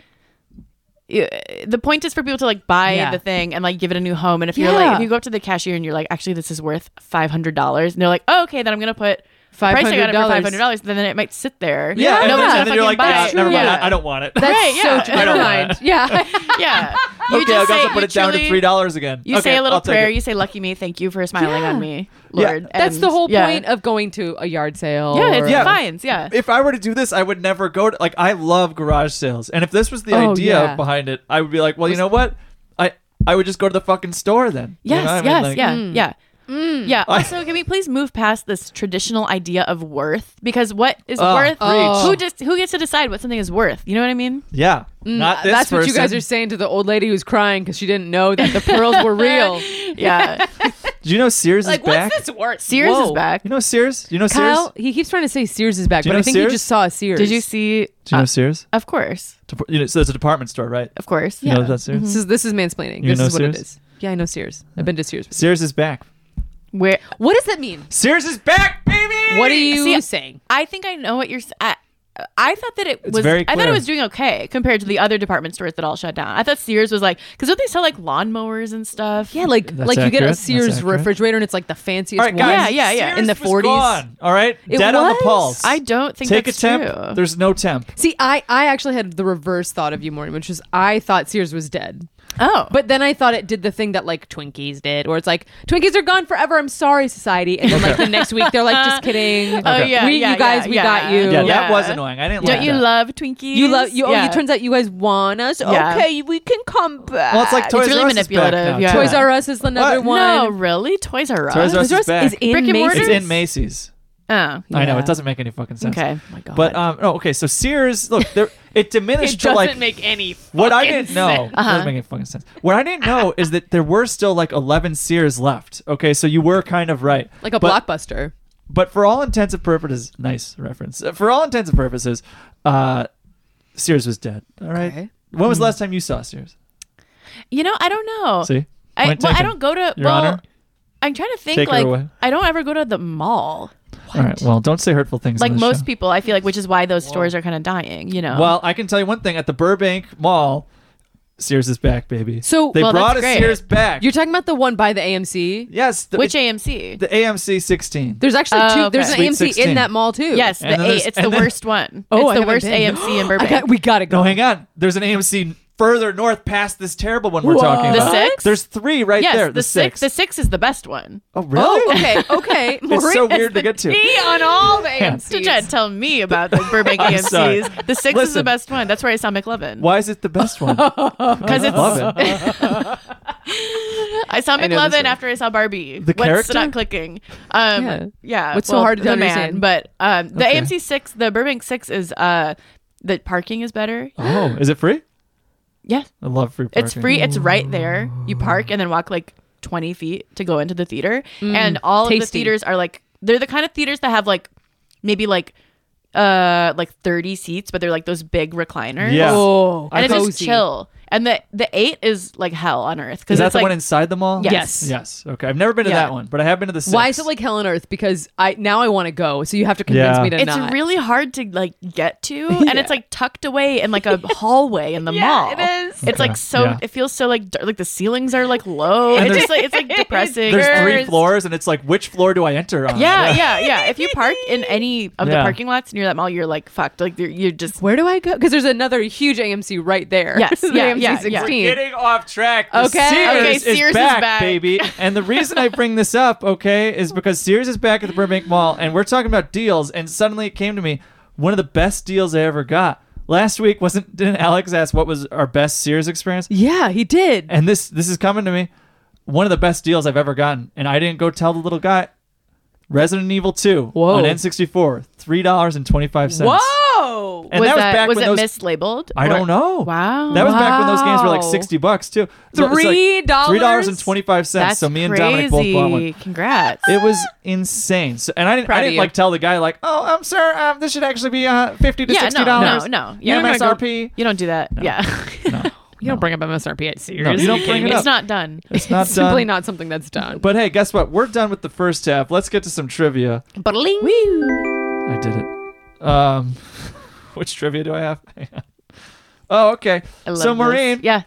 Speaker 2: y- the point is for people to like buy
Speaker 3: Yeah.
Speaker 2: the thing and like give it a new home. And if you're like,
Speaker 3: Yeah.
Speaker 2: if you go up to the cashier and you're like, actually, this is worth five hundred dollars, and they're like, oh, okay, then I'm gonna put. the Price I got it for
Speaker 3: $500.
Speaker 2: five hundred dollars. Then it might sit there.
Speaker 1: Yeah.
Speaker 2: and
Speaker 1: and,
Speaker 2: nobody's
Speaker 1: then-
Speaker 2: gonna
Speaker 1: and then you're
Speaker 2: fucking
Speaker 1: like,
Speaker 2: buy
Speaker 1: "Ah,
Speaker 2: it.
Speaker 1: never mind.
Speaker 2: Yeah.
Speaker 1: I, I don't want it.
Speaker 3: That's
Speaker 2: Right,
Speaker 3: so
Speaker 2: yeah.
Speaker 3: true.
Speaker 2: I
Speaker 1: don't
Speaker 3: Never
Speaker 1: mind.
Speaker 3: mind. Yeah.
Speaker 2: yeah. You
Speaker 1: okay, I'll
Speaker 2: just
Speaker 1: go
Speaker 2: say-
Speaker 1: put
Speaker 2: you
Speaker 1: it down
Speaker 2: truly-
Speaker 1: to three dollars again.
Speaker 2: You
Speaker 1: Okay,
Speaker 2: say a little
Speaker 1: I'll take
Speaker 2: prayer.
Speaker 1: it.
Speaker 2: You say, "Lucky me, thank you for smiling
Speaker 3: Yeah.
Speaker 2: on me, Lord."
Speaker 3: That's
Speaker 2: and-
Speaker 3: the whole
Speaker 2: yeah.
Speaker 3: point of going to a yard sale.
Speaker 2: Yeah, it's
Speaker 3: or-
Speaker 1: Yeah.
Speaker 2: fines. Yeah,
Speaker 1: if I were to do this, I would never go to like I love garage sales. And if this was the
Speaker 3: Oh,
Speaker 1: idea
Speaker 3: yeah.
Speaker 1: behind it, I would be like, well, you know what? I I would just go to the fucking store then. You know
Speaker 2: Yes,
Speaker 1: what I mean?
Speaker 2: yes,
Speaker 1: Like, mm,
Speaker 2: yeah,
Speaker 3: Mm.
Speaker 2: yeah. Yeah.
Speaker 1: I-
Speaker 2: Also, can we please move past this traditional idea of worth? Because what is
Speaker 1: Oh,
Speaker 2: worth?
Speaker 3: preach.
Speaker 2: Who just who gets to decide what something is worth? You know what I mean?
Speaker 1: Yeah. Not Uh, this
Speaker 3: uh, That's what you guys
Speaker 1: person.
Speaker 3: are saying to the old lady who's crying because she didn't know that the pearls were real.
Speaker 2: Yeah.
Speaker 1: Do you know Sears is back?
Speaker 3: worth?
Speaker 2: Sears is back.
Speaker 1: You know Sears? You know
Speaker 3: Kyle,
Speaker 1: Sears?
Speaker 3: he keeps trying to say Sears is back,
Speaker 1: Do you
Speaker 3: but
Speaker 1: know
Speaker 3: I think
Speaker 1: Sears?
Speaker 3: he just saw a Sears.
Speaker 2: Did you see?
Speaker 1: Do you know
Speaker 2: uh,
Speaker 1: Sears?
Speaker 2: of course,
Speaker 1: Dep- you know, so it's a department store, right?
Speaker 2: of course.
Speaker 1: You know that's Sears?
Speaker 3: This is this is mansplaining.
Speaker 1: You
Speaker 3: this
Speaker 1: know
Speaker 3: is what it
Speaker 1: Sears?
Speaker 3: is. Yeah, I know Sears. I've been to Sears.
Speaker 1: Sears is back.
Speaker 2: Where
Speaker 3: What does that mean?
Speaker 1: Sears is back, baby!
Speaker 3: What are you
Speaker 2: See,
Speaker 3: saying?
Speaker 2: I think I know what you're. s- I, I thought that it was.
Speaker 1: very
Speaker 2: I thought it
Speaker 1: clear.
Speaker 2: was doing okay compared to the other department stores that all shut down. I thought Sears was like because don't they sell like lawnmowers and stuff?
Speaker 3: Yeah, like
Speaker 1: That's
Speaker 3: like you
Speaker 1: accurate.
Speaker 3: get a
Speaker 1: That's
Speaker 3: Sears
Speaker 1: accurate.
Speaker 3: refrigerator and it's like the fanciest
Speaker 1: All right,
Speaker 3: one.
Speaker 1: guys.
Speaker 2: Yeah, yeah, yeah.
Speaker 1: Sears
Speaker 3: In the
Speaker 1: was
Speaker 3: 40s.
Speaker 1: gone, all right?
Speaker 3: It
Speaker 1: Dead on the
Speaker 3: was?
Speaker 1: pulse.
Speaker 2: I don't think
Speaker 1: Take a
Speaker 2: that's
Speaker 1: temp.
Speaker 2: true.
Speaker 1: There's no temp.
Speaker 3: See, I I actually had the reverse thought of you, Maureen, which was I thought Sears was dead.
Speaker 2: oh,
Speaker 3: But then I thought it did the thing that like Twinkies did, where it's like Twinkies are gone forever. I'm sorry, society. And then like the next week they're like, just kidding.
Speaker 2: Oh, yeah,
Speaker 3: we,
Speaker 2: yeah,
Speaker 3: you guys,
Speaker 2: yeah,
Speaker 3: we
Speaker 2: yeah.
Speaker 3: got you.
Speaker 1: Yeah,
Speaker 2: Yeah.
Speaker 1: that was annoying. I didn't
Speaker 2: don't
Speaker 1: like
Speaker 2: you
Speaker 1: that.
Speaker 2: love Twinkies?
Speaker 3: You love you. Oh,
Speaker 2: Yeah.
Speaker 3: it turns out you guys want us.
Speaker 2: Yeah.
Speaker 3: Okay, we can come back.
Speaker 1: Well, it's like Toys
Speaker 2: really
Speaker 1: R Us is back
Speaker 2: manipulative,
Speaker 1: now,
Speaker 2: yeah.
Speaker 1: too.
Speaker 3: Toys R Us is another
Speaker 1: What?
Speaker 3: one.
Speaker 2: No, really? Toys are us.
Speaker 1: Toys R Us
Speaker 3: Toys
Speaker 1: is
Speaker 3: R Us
Speaker 1: back.
Speaker 3: is in
Speaker 2: Brick and
Speaker 3: Macy's.
Speaker 2: mortar?
Speaker 1: It's in Macy's.
Speaker 2: Oh.
Speaker 1: I know
Speaker 3: Yeah.
Speaker 1: it doesn't make any fucking sense.
Speaker 2: Okay.
Speaker 3: Oh my god.
Speaker 1: But um, no, okay. So Sears, look, there, it diminished to like
Speaker 3: make any.
Speaker 1: what I didn't know.
Speaker 2: Uh-huh.
Speaker 1: Doesn't make any fucking sense. What I didn't know is that there were still like eleven Sears left. Okay, so you were kind of right.
Speaker 3: Like a
Speaker 1: but,
Speaker 3: blockbuster.
Speaker 1: but for all intents and purposes, nice reference. Uh, For all intents and purposes, uh, Sears was dead. All right.
Speaker 3: Okay.
Speaker 1: When
Speaker 2: Hmm.
Speaker 1: was the last time you saw Sears?
Speaker 2: You know, I don't know.
Speaker 1: See,
Speaker 2: I, well,
Speaker 1: Point
Speaker 2: I
Speaker 1: taken.
Speaker 2: don't go to.
Speaker 1: Your
Speaker 2: well,
Speaker 1: Honor?
Speaker 2: I'm trying to think.
Speaker 1: Take her
Speaker 2: like,
Speaker 1: away.
Speaker 2: I don't ever go to the mall.
Speaker 1: All right. Well, don't say hurtful things. on
Speaker 2: Like
Speaker 1: this
Speaker 2: most um,
Speaker 1: show.
Speaker 2: people, I feel like, which is why those stores are kind of dying. You know.
Speaker 1: Well, I can tell you one thing. At the Burbank Mall, Sears is back, baby.
Speaker 3: So-
Speaker 1: they
Speaker 2: Well,
Speaker 1: brought
Speaker 2: that's
Speaker 1: a
Speaker 2: great.
Speaker 1: Sears back.
Speaker 3: You're talking about the one by the AMC.
Speaker 1: yes, the,
Speaker 2: which AMC?
Speaker 1: the AMC 16.
Speaker 3: There's actually
Speaker 2: Oh,
Speaker 3: two.
Speaker 2: okay.
Speaker 3: There's an
Speaker 1: Sweet
Speaker 3: AMC
Speaker 1: 16.
Speaker 3: in that mall too.
Speaker 2: yes,
Speaker 1: and
Speaker 2: the
Speaker 1: then
Speaker 2: eight.
Speaker 1: there's-
Speaker 2: It's
Speaker 1: and
Speaker 2: the
Speaker 1: then-
Speaker 2: worst one.
Speaker 3: Oh,
Speaker 2: it's
Speaker 3: I
Speaker 2: the
Speaker 3: haven't
Speaker 2: worst
Speaker 3: been.
Speaker 2: AMC in
Speaker 3: I
Speaker 2: Burbank.
Speaker 3: got- we gotta go.
Speaker 1: no, hang on. There's an AMC further north past this terrible one we're
Speaker 3: What?
Speaker 1: talking
Speaker 2: The
Speaker 1: about.
Speaker 2: six?
Speaker 1: There's three right
Speaker 2: yes,
Speaker 1: there.
Speaker 2: the, six. The six is the best one.
Speaker 1: oh,
Speaker 3: Oh,
Speaker 1: really?
Speaker 3: okay, okay.
Speaker 1: It's so
Speaker 3: Maureen has
Speaker 1: weird to
Speaker 3: the
Speaker 1: get to.
Speaker 3: D on all the
Speaker 1: Hands.
Speaker 2: Don't try to
Speaker 3: AMCs.
Speaker 2: tell me about the Burbank
Speaker 1: I'm sorry.
Speaker 2: AMCs. The six is the
Speaker 1: Listen.
Speaker 2: best one. That's where I saw McLovin.
Speaker 1: Why is it the best one?
Speaker 2: Because it's.
Speaker 1: Love it.
Speaker 2: I saw
Speaker 3: know this
Speaker 2: McLovin
Speaker 3: one.
Speaker 2: after I saw Barbie.
Speaker 1: The
Speaker 2: What's
Speaker 1: character?
Speaker 2: not clicking? Um,
Speaker 3: Yeah.
Speaker 2: yeah.
Speaker 3: What's so hard to
Speaker 2: the man,
Speaker 3: understand?
Speaker 2: but um, the
Speaker 1: Okay.
Speaker 2: AMC six, the Burbank six is uh, the parking is better.
Speaker 1: oh, is it free?
Speaker 2: Yeah,
Speaker 1: I love free parking.
Speaker 2: it's free. It's right there. You park and then walk like twenty feet to go into the theater, and all of the
Speaker 3: tasty.
Speaker 2: theaters are like they're the kind of theaters that have like maybe like uh like 30 seats but they're like those big recliners
Speaker 1: Yeah.
Speaker 3: Oh,
Speaker 2: and it's
Speaker 3: cozy.
Speaker 2: just chill And the the eight is like hell on earth
Speaker 1: Is
Speaker 2: because
Speaker 1: that
Speaker 2: it's
Speaker 1: the
Speaker 2: like
Speaker 1: one inside the mall?
Speaker 2: Yes.
Speaker 1: Yes. Okay. I've never been to
Speaker 2: Yeah.
Speaker 1: that one, but I have been to the six.
Speaker 3: Why is it like hell on earth? Because I now I want to go, so you have to convince
Speaker 1: Yeah.
Speaker 3: me to
Speaker 2: it's
Speaker 3: not.
Speaker 2: really hard to like get to, and it's
Speaker 3: Yeah.
Speaker 2: like tucked away in like a hallway in the mall.
Speaker 4: it is.
Speaker 2: It's
Speaker 1: Okay,
Speaker 2: like so.
Speaker 1: yeah.
Speaker 2: It feels so like dar- like the ceilings are like low.
Speaker 1: And
Speaker 2: It's
Speaker 1: there's-
Speaker 2: just like it's like depressing.
Speaker 1: There's three
Speaker 2: Cursed.
Speaker 1: floors, and it's like, which floor do I enter on?
Speaker 2: Yeah, yeah, yeah. If you park in any of the
Speaker 1: Yeah.
Speaker 2: parking lots near that mall, you're like fucked. Like you're, you're just
Speaker 3: Where do I go? Because there's another huge AMC right there.
Speaker 2: Yes,
Speaker 3: The
Speaker 2: yeah,
Speaker 3: AMC
Speaker 2: yeah, yeah.
Speaker 3: 16.
Speaker 1: Getting off track. The
Speaker 3: Okay.
Speaker 1: Sears,
Speaker 2: Okay, Sears
Speaker 1: is
Speaker 2: is
Speaker 1: back,
Speaker 2: back.
Speaker 1: baby. And the reason I bring this up, okay, is because Sears is back at the Burbank Mall, and we're talking about deals, and suddenly it came to me one of the best deals I ever got. Last week wasn't didn't Alex ask what was our best Sears experience?
Speaker 3: Yeah, he did.
Speaker 1: And this this is coming to me. One of the best deals I've ever gotten, and I didn't go tell the little guy. Resident Evil 2
Speaker 3: Whoa.
Speaker 1: on N64, three dollars and twenty five cents.
Speaker 3: Whoa!
Speaker 1: And that was back
Speaker 2: was
Speaker 1: when
Speaker 2: it
Speaker 1: those-
Speaker 2: mislabeled?
Speaker 1: I
Speaker 2: Or-
Speaker 1: don't know.
Speaker 2: Wow.
Speaker 1: That was back when those games were like
Speaker 3: Wow.
Speaker 1: sixty bucks too. So it's like
Speaker 3: $3?
Speaker 1: three dollars and twenty five cents.
Speaker 2: That's
Speaker 1: So me and
Speaker 2: crazy.
Speaker 1: Dominic both bought one.
Speaker 2: Congrats.
Speaker 1: It was insane. So, and I didn't,
Speaker 3: Proud
Speaker 1: I
Speaker 3: of
Speaker 1: didn't
Speaker 3: you.
Speaker 1: like tell the guy like, oh, I'm sorry, um, this should actually be uh, fifty to
Speaker 2: yeah,
Speaker 1: sixty
Speaker 2: no, no,
Speaker 1: dollars.
Speaker 2: no, no.
Speaker 1: You
Speaker 2: You're not gonna go-
Speaker 1: MSRP.
Speaker 2: You don't do that. Yeah.
Speaker 1: No,
Speaker 3: You don't bring up MSRP at Sears.
Speaker 1: No, you don't
Speaker 3: Are
Speaker 1: bring it
Speaker 3: kidding me?
Speaker 1: up.
Speaker 2: it's not done.
Speaker 1: it's not
Speaker 3: It's simply
Speaker 1: done.
Speaker 3: not something that's done.
Speaker 1: But hey, guess what? We're done with the first half. Let's get to some trivia. I did it. Um, which trivia do I have? Hang on. oh, okay.
Speaker 2: I love
Speaker 1: So
Speaker 2: this.
Speaker 1: Maureen,
Speaker 2: Yeah.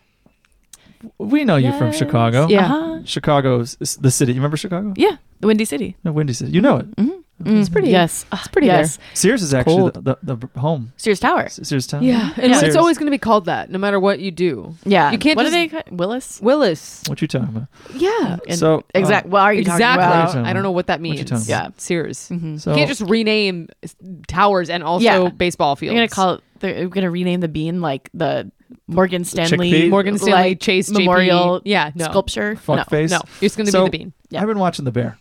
Speaker 1: we know you from
Speaker 2: Yes.
Speaker 1: Chicago.
Speaker 3: Yeah.
Speaker 2: Uh-huh.
Speaker 1: Chicago's the city. You remember Chicago?
Speaker 2: Yeah. The Windy City.
Speaker 1: No, Windy City. You know it.
Speaker 3: Mm-hmm.
Speaker 2: Mm-hmm. It's
Speaker 3: pretty-
Speaker 2: Yes. It's
Speaker 3: pretty
Speaker 2: Yes.
Speaker 1: Sears is actually
Speaker 3: cold.
Speaker 1: the, the, the home.
Speaker 2: Sears Tower.
Speaker 1: Sears Town.
Speaker 3: yeah, and
Speaker 2: Yeah.
Speaker 3: it's
Speaker 1: Sears.
Speaker 3: always going to be called that, no matter what you do.
Speaker 2: Yeah.
Speaker 3: You can't
Speaker 2: What
Speaker 3: just-
Speaker 2: are they? ca- Willis.
Speaker 3: Willis.
Speaker 1: What you talking about?
Speaker 3: Yeah.
Speaker 2: And-
Speaker 1: So,
Speaker 2: exact.
Speaker 1: um,
Speaker 2: what are you
Speaker 3: Exactly.
Speaker 2: talking about? Mm-hmm.
Speaker 1: Wow.
Speaker 3: I don't know what that
Speaker 1: What you
Speaker 3: means.
Speaker 1: talking
Speaker 2: about? Yeah.
Speaker 3: Sears.
Speaker 1: So
Speaker 3: you can't just rename s- towers and also
Speaker 2: Yeah.
Speaker 3: baseball
Speaker 2: You're
Speaker 3: fields.
Speaker 2: gonna call it. They're gonna rename the bean like the Morgan Stanley.
Speaker 1: Chickpea?
Speaker 3: Morgan Stanley
Speaker 2: like,
Speaker 3: Chase JP.
Speaker 2: Memorial.
Speaker 3: Yeah, no.
Speaker 2: Sculpture.
Speaker 1: fuck
Speaker 2: no.
Speaker 1: face.
Speaker 3: No, it's going to
Speaker 1: So-
Speaker 3: be the bean.
Speaker 2: Yeah.
Speaker 1: I've been watching The Bear.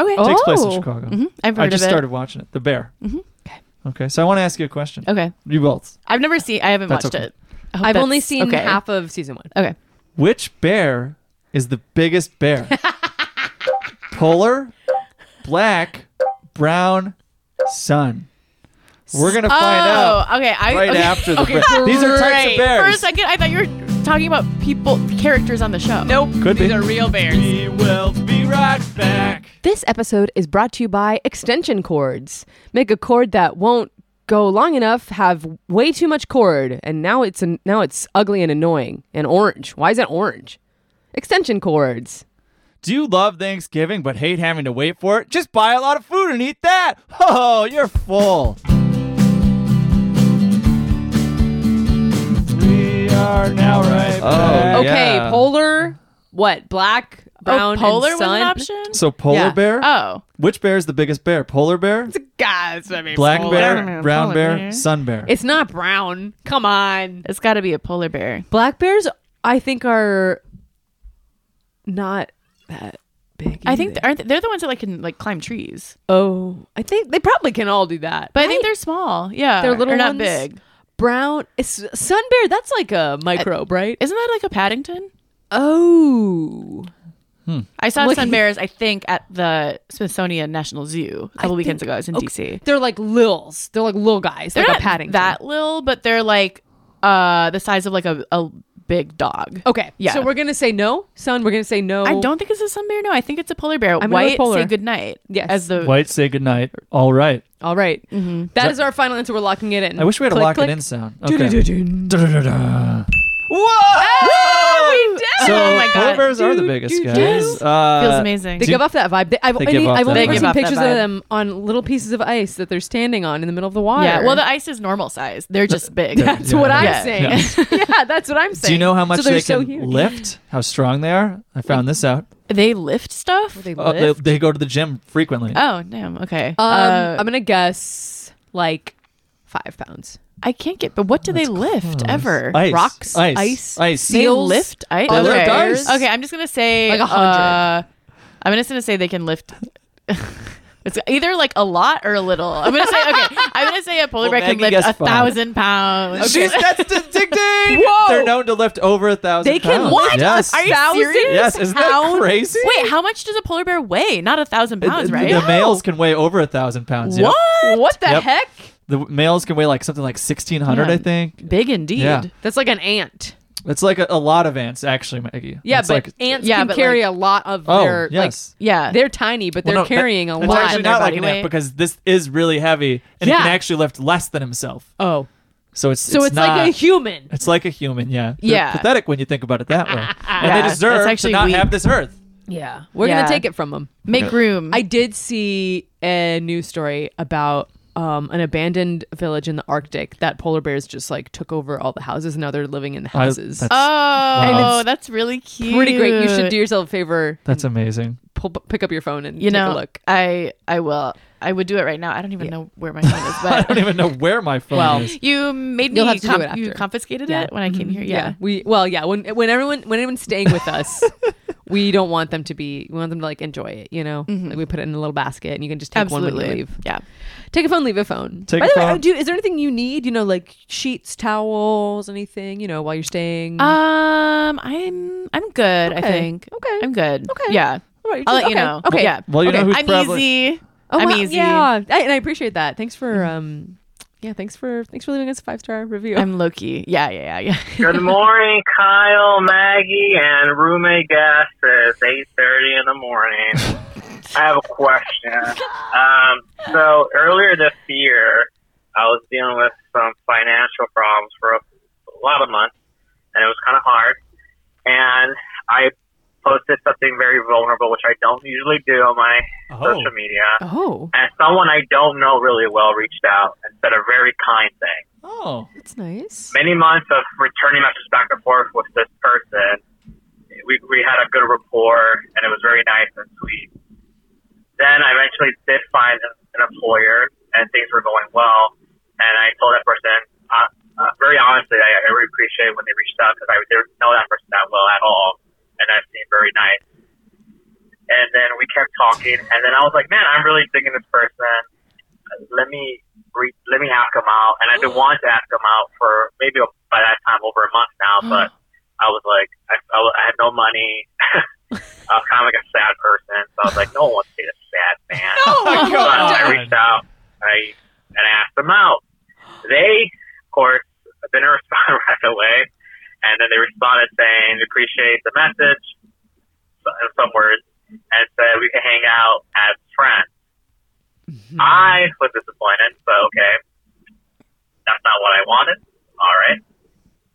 Speaker 2: Okay.
Speaker 1: It takes place in
Speaker 3: Oh.
Speaker 1: Chicago.
Speaker 2: Mhm. I've heard
Speaker 1: I just
Speaker 2: of it.
Speaker 1: started watching it. The Bear. Mm-hmm. Okay. Okay. So I want to ask you a question.
Speaker 2: Okay.
Speaker 1: You both.
Speaker 2: I've never seen. I haven't
Speaker 1: That's
Speaker 2: watched
Speaker 1: okay.
Speaker 2: it. I hope
Speaker 3: I've
Speaker 2: that's-
Speaker 3: only seen
Speaker 2: okay.
Speaker 3: half of season one.
Speaker 2: Okay.
Speaker 1: Which bear is the biggest bear? Polar, black, brown, sun. We're gonna find out
Speaker 2: Oh, okay. I,
Speaker 1: right
Speaker 2: okay.
Speaker 1: after the
Speaker 2: okay.
Speaker 1: bear. These are types of
Speaker 3: great.
Speaker 2: For a
Speaker 1: bears.
Speaker 2: second, I thought you were talking about people, characters on the show. Oh,
Speaker 3: Nope.
Speaker 1: Could
Speaker 3: These
Speaker 1: be.
Speaker 3: are real bears.
Speaker 1: We will be right back.
Speaker 3: This episode is brought to you by extension cords. Make a cord that won't go long enough, have way too much cord, and now it's an, now it's ugly and annoying and orange. Why is that orange? Extension cords.
Speaker 1: Do you love Thanksgiving but hate having to wait for it? Just buy a lot of food and eat that. Oh, you're full. We are now right
Speaker 5: Oh,
Speaker 1: back.
Speaker 3: Okay,
Speaker 1: Yeah.
Speaker 3: polar, what? Black, brown,
Speaker 2: oh, polar was
Speaker 3: and
Speaker 2: an
Speaker 3: sun?
Speaker 2: option.
Speaker 1: So polar
Speaker 3: Yeah.
Speaker 1: bear.
Speaker 2: Oh,
Speaker 1: Which bear is the biggest bear? Polar bear,
Speaker 3: Guys, I mean,
Speaker 1: black
Speaker 3: polar.
Speaker 1: bear, brown
Speaker 2: polar
Speaker 1: bear,
Speaker 2: bear.
Speaker 1: sun bear.
Speaker 3: It's not brown. Come on.
Speaker 2: it's got to be a polar bear.
Speaker 3: Black bears, I think, are not that big.
Speaker 2: I think
Speaker 3: either.
Speaker 2: th- aren't they, they're the ones that like can like climb trees,
Speaker 3: Oh, I think they probably can all do that.
Speaker 2: but I think they're small. Yeah,
Speaker 3: They're little
Speaker 2: or not
Speaker 3: ones.
Speaker 2: big.
Speaker 3: brown it's sun bear. That's like a microbe, right?
Speaker 2: Isn't that like a Paddington?
Speaker 3: Oh,
Speaker 2: I saw
Speaker 3: Look-
Speaker 2: sun bears. I think at the Smithsonian National Zoo a couple
Speaker 3: I
Speaker 2: weekends
Speaker 3: think-
Speaker 2: ago. I was in
Speaker 3: okay.
Speaker 2: DC.
Speaker 3: They're like lils. They're like little guys.
Speaker 2: They're
Speaker 3: like
Speaker 2: not
Speaker 3: a padding
Speaker 2: that little, but they're like uh the size of like a, a big dog. Oh.
Speaker 3: Okay,
Speaker 2: Yeah.
Speaker 3: So we're gonna say no, sun. We're gonna say no.
Speaker 2: I don't think it's a sun bear. No, I think it's a polar bear.
Speaker 3: gonna go
Speaker 2: White
Speaker 3: polar.
Speaker 2: say good night.
Speaker 3: Yes.
Speaker 2: As the
Speaker 1: White say goodnight. All right.
Speaker 3: All right. That is our final answer. We're locking it in.
Speaker 1: I wish we had
Speaker 3: click,
Speaker 1: a lock
Speaker 3: click.
Speaker 1: it in sound.
Speaker 3: Du-du-du-dun.
Speaker 1: Da-da-da-da.
Speaker 3: Whoa! we did it!
Speaker 1: So
Speaker 2: Oh my God.
Speaker 1: polar bears are the
Speaker 3: Do,
Speaker 1: biggest
Speaker 3: do, do.
Speaker 1: guys. Uh,
Speaker 2: feels amazing.
Speaker 3: They give off that vibe. They, I've
Speaker 1: They
Speaker 3: only,
Speaker 1: give off
Speaker 3: I've
Speaker 1: that
Speaker 3: only
Speaker 1: They
Speaker 3: ever
Speaker 1: give
Speaker 3: seen
Speaker 2: off that
Speaker 3: pictures of
Speaker 2: vibe.
Speaker 3: them on little pieces of ice that they're standing on in the middle of the water.
Speaker 2: yeah. Well, the ice is normal size. They're just big.
Speaker 3: that's what I'm
Speaker 2: Yeah.
Speaker 3: saying. Yeah. that's what I'm saying.
Speaker 1: Do you know how much
Speaker 3: so they're
Speaker 1: they
Speaker 3: so
Speaker 1: can
Speaker 3: huge.
Speaker 1: lift? How strong they are? I found this out.
Speaker 2: they lift stuff.
Speaker 3: Oh, They
Speaker 1: Uh, they,
Speaker 3: lift?
Speaker 1: they go to the gym frequently.
Speaker 2: oh damn. Okay.
Speaker 3: Um,
Speaker 2: uh,
Speaker 3: I'm gonna guess like five pounds.
Speaker 2: I can't get. But what do they lift ever?
Speaker 1: ice,
Speaker 3: rocks,
Speaker 1: ice,
Speaker 3: ice,
Speaker 1: ice.
Speaker 2: They
Speaker 3: Seals,
Speaker 2: lift ice.
Speaker 1: They
Speaker 3: lift
Speaker 2: okay.
Speaker 1: ice.
Speaker 2: Okay. I'm just gonna say
Speaker 3: Like a
Speaker 2: Uh,
Speaker 3: hundred.
Speaker 2: I'm just gonna say they can lift. It's either like a lot or a little. I'm gonna say okay. I'm gonna say a polar
Speaker 1: Well,
Speaker 2: bear can
Speaker 1: Maggie
Speaker 2: lift
Speaker 1: guessed
Speaker 2: a
Speaker 1: five.
Speaker 2: thousand pounds.
Speaker 1: She's that's addicting.
Speaker 3: Whoa.
Speaker 1: They're known to lift over a thousand.
Speaker 3: They can
Speaker 1: pounds.
Speaker 3: lift
Speaker 1: Yes.
Speaker 2: Are you
Speaker 3: Thousand
Speaker 2: serious?
Speaker 1: yes. Isn't
Speaker 3: pounds?
Speaker 1: that crazy?
Speaker 2: Wait, how much does a polar bear weigh? Not a thousand pounds,
Speaker 1: The-
Speaker 2: right?
Speaker 1: The males can weigh over a thousand pounds. yeah.
Speaker 3: What? What the
Speaker 1: Yep.
Speaker 3: heck?
Speaker 1: The males can weigh like something like sixteen hundred,
Speaker 2: Yeah.
Speaker 1: I think.
Speaker 2: Big indeed.
Speaker 1: Yeah.
Speaker 3: That's like an ant.
Speaker 1: It's like a, a lot of ants, actually, Maggie.
Speaker 3: Yeah,
Speaker 1: It's
Speaker 3: but
Speaker 1: like,
Speaker 3: ants
Speaker 2: Yeah,
Speaker 3: can
Speaker 2: but,
Speaker 3: carry a lot of
Speaker 1: oh
Speaker 3: their
Speaker 1: yes,
Speaker 2: Yeah.
Speaker 3: like they're tiny, but they're
Speaker 1: Well, no, that-
Speaker 3: carrying a
Speaker 1: that's
Speaker 3: lot
Speaker 1: actually
Speaker 3: in their
Speaker 1: not
Speaker 3: body
Speaker 1: like an
Speaker 2: weight.
Speaker 1: ant because this is really heavy and
Speaker 3: Yeah.
Speaker 1: it can actually lift less than himself.
Speaker 3: Oh,
Speaker 1: So it's
Speaker 3: so it's,
Speaker 1: not-
Speaker 3: like a human.
Speaker 1: It's like a human, yeah. They're
Speaker 2: Yeah.
Speaker 1: pathetic when you think about it that way. And
Speaker 2: Yeah,
Speaker 1: they deserve
Speaker 2: that's actually
Speaker 1: to not
Speaker 2: weak.
Speaker 1: have this earth.
Speaker 3: Yeah, we're
Speaker 2: Yeah.
Speaker 3: gonna take it from them.
Speaker 2: Make room.
Speaker 3: I did see a news story about um, an abandoned village in the Arctic that polar bears just like took over all the houses, and now they're living in the
Speaker 1: I-
Speaker 3: houses.
Speaker 1: that's-
Speaker 2: oh,
Speaker 1: Wow.
Speaker 2: that's really cute.
Speaker 3: Pretty great. You should do yourself a favor.
Speaker 1: That's amazing.
Speaker 3: Pull, pick up your phone and
Speaker 2: You
Speaker 3: take
Speaker 2: know,
Speaker 3: a look.
Speaker 2: I I will. I would do it right now. I don't even know where my phone is,
Speaker 1: I
Speaker 2: but
Speaker 1: don't even know where my phone
Speaker 3: Well,
Speaker 1: is.
Speaker 2: you made me.
Speaker 3: You'll have to do
Speaker 2: com-
Speaker 3: it
Speaker 2: You
Speaker 3: after.
Speaker 2: confiscated
Speaker 3: Yeah. Mm-hmm.
Speaker 2: it when I came here.
Speaker 3: Yeah.
Speaker 2: Yeah.
Speaker 3: we well, yeah. When when everyone when anyone's staying with us, we don't want them to be. We want them to like enjoy it. You know, like we put it in a little basket, and you can just take one when you
Speaker 2: Absolutely.
Speaker 3: leave.
Speaker 2: Yeah.
Speaker 3: Take a phone, leave a phone.
Speaker 1: Take
Speaker 3: By
Speaker 1: a
Speaker 3: the way,
Speaker 1: phone.
Speaker 3: uh, do is there anything you need? You know, like sheets, towels, anything? You know, while you're staying.
Speaker 2: Um, I'm I'm good. I
Speaker 3: Mm-hmm. Okay.
Speaker 2: think.
Speaker 3: Okay.
Speaker 2: I'm good.
Speaker 3: Okay.
Speaker 2: Yeah.
Speaker 3: All right,
Speaker 2: I'll
Speaker 3: just-
Speaker 2: let you
Speaker 3: okay,
Speaker 2: know.
Speaker 3: Okay.
Speaker 2: Yeah.
Speaker 1: Well, you know
Speaker 3: Okay.
Speaker 1: who's
Speaker 2: I'm
Speaker 1: probably
Speaker 2: easy.
Speaker 3: Oh,
Speaker 2: I'm
Speaker 3: wow,
Speaker 2: easy.
Speaker 3: Yeah, I, and I appreciate that. Thanks for um, yeah, thanks for thanks for leaving us a five star review.
Speaker 2: I'm Loki. Yeah. Yeah. Yeah. Yeah.
Speaker 5: Good morning, Kyle, Maggie, and roommate guest. It's eight thirty in the morning. I have a question. Um, so earlier this year, I was dealing with some financial problems for a, a lot of months, and it was kind of hard. And I posted something very vulnerable, which I don't usually do on my
Speaker 1: Oh.
Speaker 5: social media.
Speaker 3: oh,
Speaker 5: And someone I don't know really well reached out and said a very kind thing
Speaker 1: Oh.
Speaker 3: that's nice.
Speaker 5: many months of returning messages back and forth with this person. We, we had a good rapport, and it was very nice and sweet. Then I eventually did find an an employer, and things were going well. And I told that person, uh, uh, very honestly, I, I really appreciate when they reached out because I didn't know that person that well at all, and that seemed very nice. And then we kept talking, and then I was like, man, I'm really digging this person. Let me re- let me ask him out, and I've been wanting to ask him out for maybe by that time over a month now. But I was like, I, I, I had no money. I was kind of like a sad person, so I was like, no one wants to date a sad man.
Speaker 1: Oh, my
Speaker 5: So I reached out, I and I asked them out. They, of course, didn't respond right away, and then they responded saying, "Appreciate the message," so- in some words, and said we can hang out as friends. I was disappointed, but okay, that's not what I wanted. All right.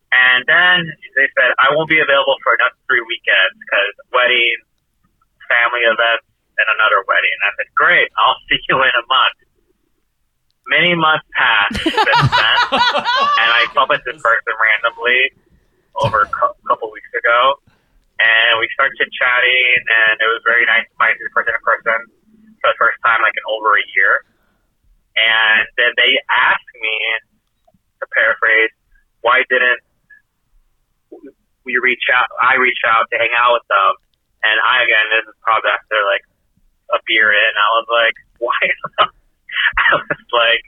Speaker 5: And then they said, I won't be available for another three weekends because wedding, family events, and another wedding. And I said, Great, I'll see you in a month. Many months passed since then, and I bumped into this person randomly over a cou- couple weeks ago, and we started chit chatting, and it was very nice to find this person in person for the first time, like in over a year. And then they asked me, to paraphrase, why didn't we reach out? I reach out to hang out with them, and I again, this is probably after like a beer in. I was like, why? I was like,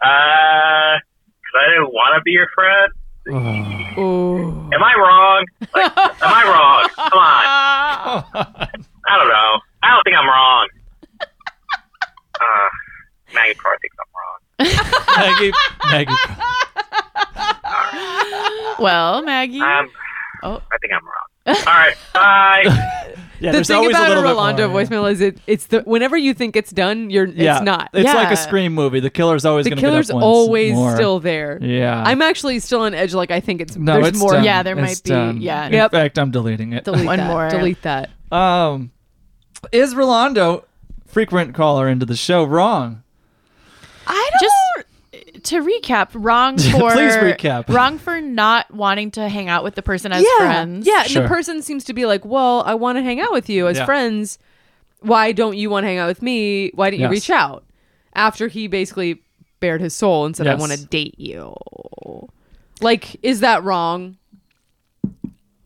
Speaker 5: uh, 'cause I didn't want to be your friend.
Speaker 3: Oh,
Speaker 5: Am I wrong? Like, am I wrong? Come on.
Speaker 1: Oh.
Speaker 5: I don't know. I don't think I'm wrong. Uh, Maggie probably thinks I'm wrong.
Speaker 1: Maggie, Maggie.
Speaker 2: Well, Maggie.
Speaker 5: Um,
Speaker 2: Oh.
Speaker 5: I think I'm wrong. All right. Bye.
Speaker 1: Yeah,
Speaker 3: the
Speaker 1: there's
Speaker 3: thing
Speaker 1: always a
Speaker 3: about a
Speaker 1: little bit
Speaker 3: Rolando
Speaker 1: more, yeah.
Speaker 3: voicemail is it it's the whenever you think it's done, you're
Speaker 1: Yeah,
Speaker 3: it's not.
Speaker 1: It's like
Speaker 2: Yeah.
Speaker 1: a scream movie. The killer's always
Speaker 3: the
Speaker 1: going to get up
Speaker 3: killer's
Speaker 1: once
Speaker 3: always
Speaker 1: more.
Speaker 3: still there.
Speaker 1: Yeah.
Speaker 3: I'm actually still on edge. Like I think it's
Speaker 1: no,
Speaker 3: there's
Speaker 1: it's
Speaker 3: more.
Speaker 1: done.
Speaker 2: Yeah, there might
Speaker 1: It's
Speaker 2: be-
Speaker 1: done.
Speaker 2: yeah.
Speaker 1: In
Speaker 3: Yep.
Speaker 1: fact, I'm deleting it.
Speaker 3: Delete
Speaker 2: One
Speaker 3: that.
Speaker 2: more.
Speaker 3: Delete that.
Speaker 1: Um, is Rolando, frequent caller into the show, wrong?
Speaker 3: I
Speaker 2: just to recap, wrong
Speaker 1: Please
Speaker 2: for
Speaker 1: recap.
Speaker 2: wrong for not wanting to hang out with the person as
Speaker 3: yeah.
Speaker 2: friends.
Speaker 3: Yeah, and the
Speaker 1: Sure.
Speaker 3: person seems to be like, "Well, I want to hang out with you as
Speaker 1: Yeah.
Speaker 3: friends. Why don't you want to hang out with me? Why didn't
Speaker 1: Yes.
Speaker 3: you reach out?" After he basically bared his soul and said, "I
Speaker 1: Yes.
Speaker 3: want to date you." Like, is that wrong?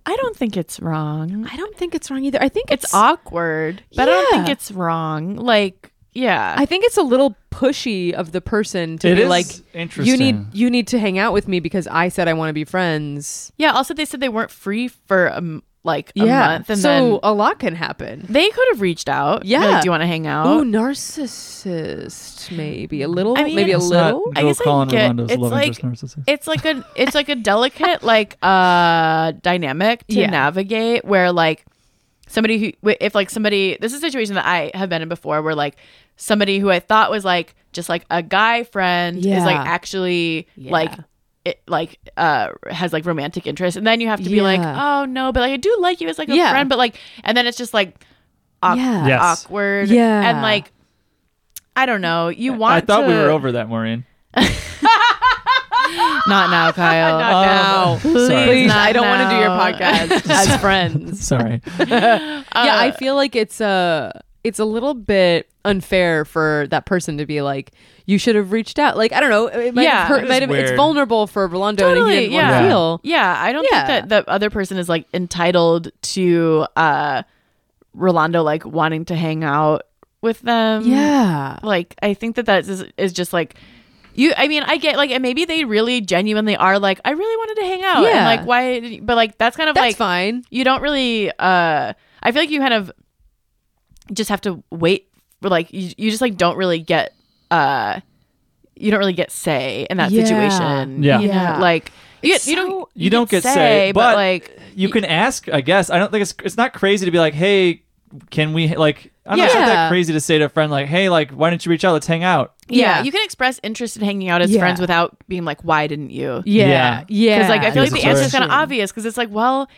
Speaker 2: I don't think it's wrong.
Speaker 3: I don't think it's wrong either. I think
Speaker 2: It's awkward, but I don't
Speaker 3: Yeah.
Speaker 2: think it's wrong. Like, yeah,
Speaker 3: I think it's a little pushy of the person to
Speaker 1: It
Speaker 3: be
Speaker 1: is
Speaker 3: like, "You need
Speaker 1: interesting.
Speaker 3: you need to hang out with me because I said I want to be friends."
Speaker 2: yeah. Also, they said they weren't free for um, like a
Speaker 3: yeah.
Speaker 2: month, and
Speaker 3: so
Speaker 2: then
Speaker 3: a lot can happen.
Speaker 2: they could have reached out. Be
Speaker 3: Yeah.
Speaker 2: like, do you want to hang out?
Speaker 3: Oh, narcissist, maybe a little,
Speaker 2: I mean,
Speaker 3: maybe a
Speaker 2: it's
Speaker 1: Not
Speaker 3: little.
Speaker 2: I
Speaker 1: Joe
Speaker 2: guess I
Speaker 1: Colin
Speaker 2: get-
Speaker 1: Rwando's
Speaker 2: it's
Speaker 1: love
Speaker 2: like-
Speaker 1: interest narcissist.
Speaker 2: it's like a it's like a delicate like uh dynamic to
Speaker 3: Yeah.
Speaker 2: navigate where like somebody who wi- if like somebody this is a situation that I have been in before where like somebody who I thought was like just like a guy friend is like
Speaker 3: Yeah.
Speaker 2: actually like
Speaker 3: Yeah.
Speaker 2: it like uh has like romantic interest and then you have to be like
Speaker 3: Yeah.
Speaker 2: oh no but like I do like you as like a
Speaker 3: Yeah.
Speaker 2: friend but like and then it's just like awk-
Speaker 3: Yeah.
Speaker 1: Yes.
Speaker 2: awkward
Speaker 3: Yeah.
Speaker 2: and like I don't know you want
Speaker 1: I thought we
Speaker 2: to-
Speaker 1: were over that, Maureen.
Speaker 2: not now
Speaker 1: Um,
Speaker 2: Kyle
Speaker 3: Not now.
Speaker 1: sorry.
Speaker 3: Please,
Speaker 2: Not
Speaker 3: I don't want to do your
Speaker 2: now.
Speaker 3: podcast as friends.
Speaker 1: Sorry.
Speaker 3: yeah, I
Speaker 2: Uh,
Speaker 3: feel like it's a it's a little bit unfair for that person to be like, you should have reached out. Like I don't know, it might
Speaker 2: Yeah.
Speaker 3: have hurt,
Speaker 1: It
Speaker 3: it
Speaker 1: is
Speaker 3: might have, it's
Speaker 1: weird.
Speaker 3: vulnerable for Rolando and
Speaker 2: Totally,
Speaker 3: he didn't want
Speaker 2: yeah.
Speaker 3: to feel.
Speaker 2: Yeah, I don't
Speaker 3: Yeah.
Speaker 2: think that the other person is like entitled to uh Rolando like wanting to hang out with them.
Speaker 3: Yeah,
Speaker 2: Like I think that that is, is just like you I mean, I get like and maybe they really genuinely are like I really wanted to hang out. And
Speaker 3: Yeah.
Speaker 2: like why did you-" but like that's kind of
Speaker 3: that's
Speaker 2: like
Speaker 3: fine.
Speaker 2: you don't really uh I feel like you kind of just have to wait for like you, you just like don't really get uh you don't really get say in that
Speaker 3: Yeah.
Speaker 2: situation.
Speaker 1: Yeah.
Speaker 2: You know,
Speaker 3: Yeah.
Speaker 2: Like you,
Speaker 3: It's
Speaker 2: you
Speaker 3: so-
Speaker 2: don't you,
Speaker 1: You don't get say,
Speaker 2: but,
Speaker 1: but-
Speaker 2: like
Speaker 1: You can ask, I guess. I don't think it's it's not crazy to be like, hey, can we like? I don't know, it's not
Speaker 3: Yeah.
Speaker 1: that crazy to say to a friend like, hey, like, why don't you reach out? Let's hang out.
Speaker 2: yeah.
Speaker 3: Yeah.
Speaker 2: you can express interest in hanging out as
Speaker 3: Yeah.
Speaker 2: friends without being like why didn't you?
Speaker 1: Yeah.
Speaker 3: Yeah, yeah.
Speaker 2: Cuz like I feel like the
Speaker 1: Yes,
Speaker 2: answer is kind of
Speaker 3: sure.
Speaker 2: obvious cuz it's like well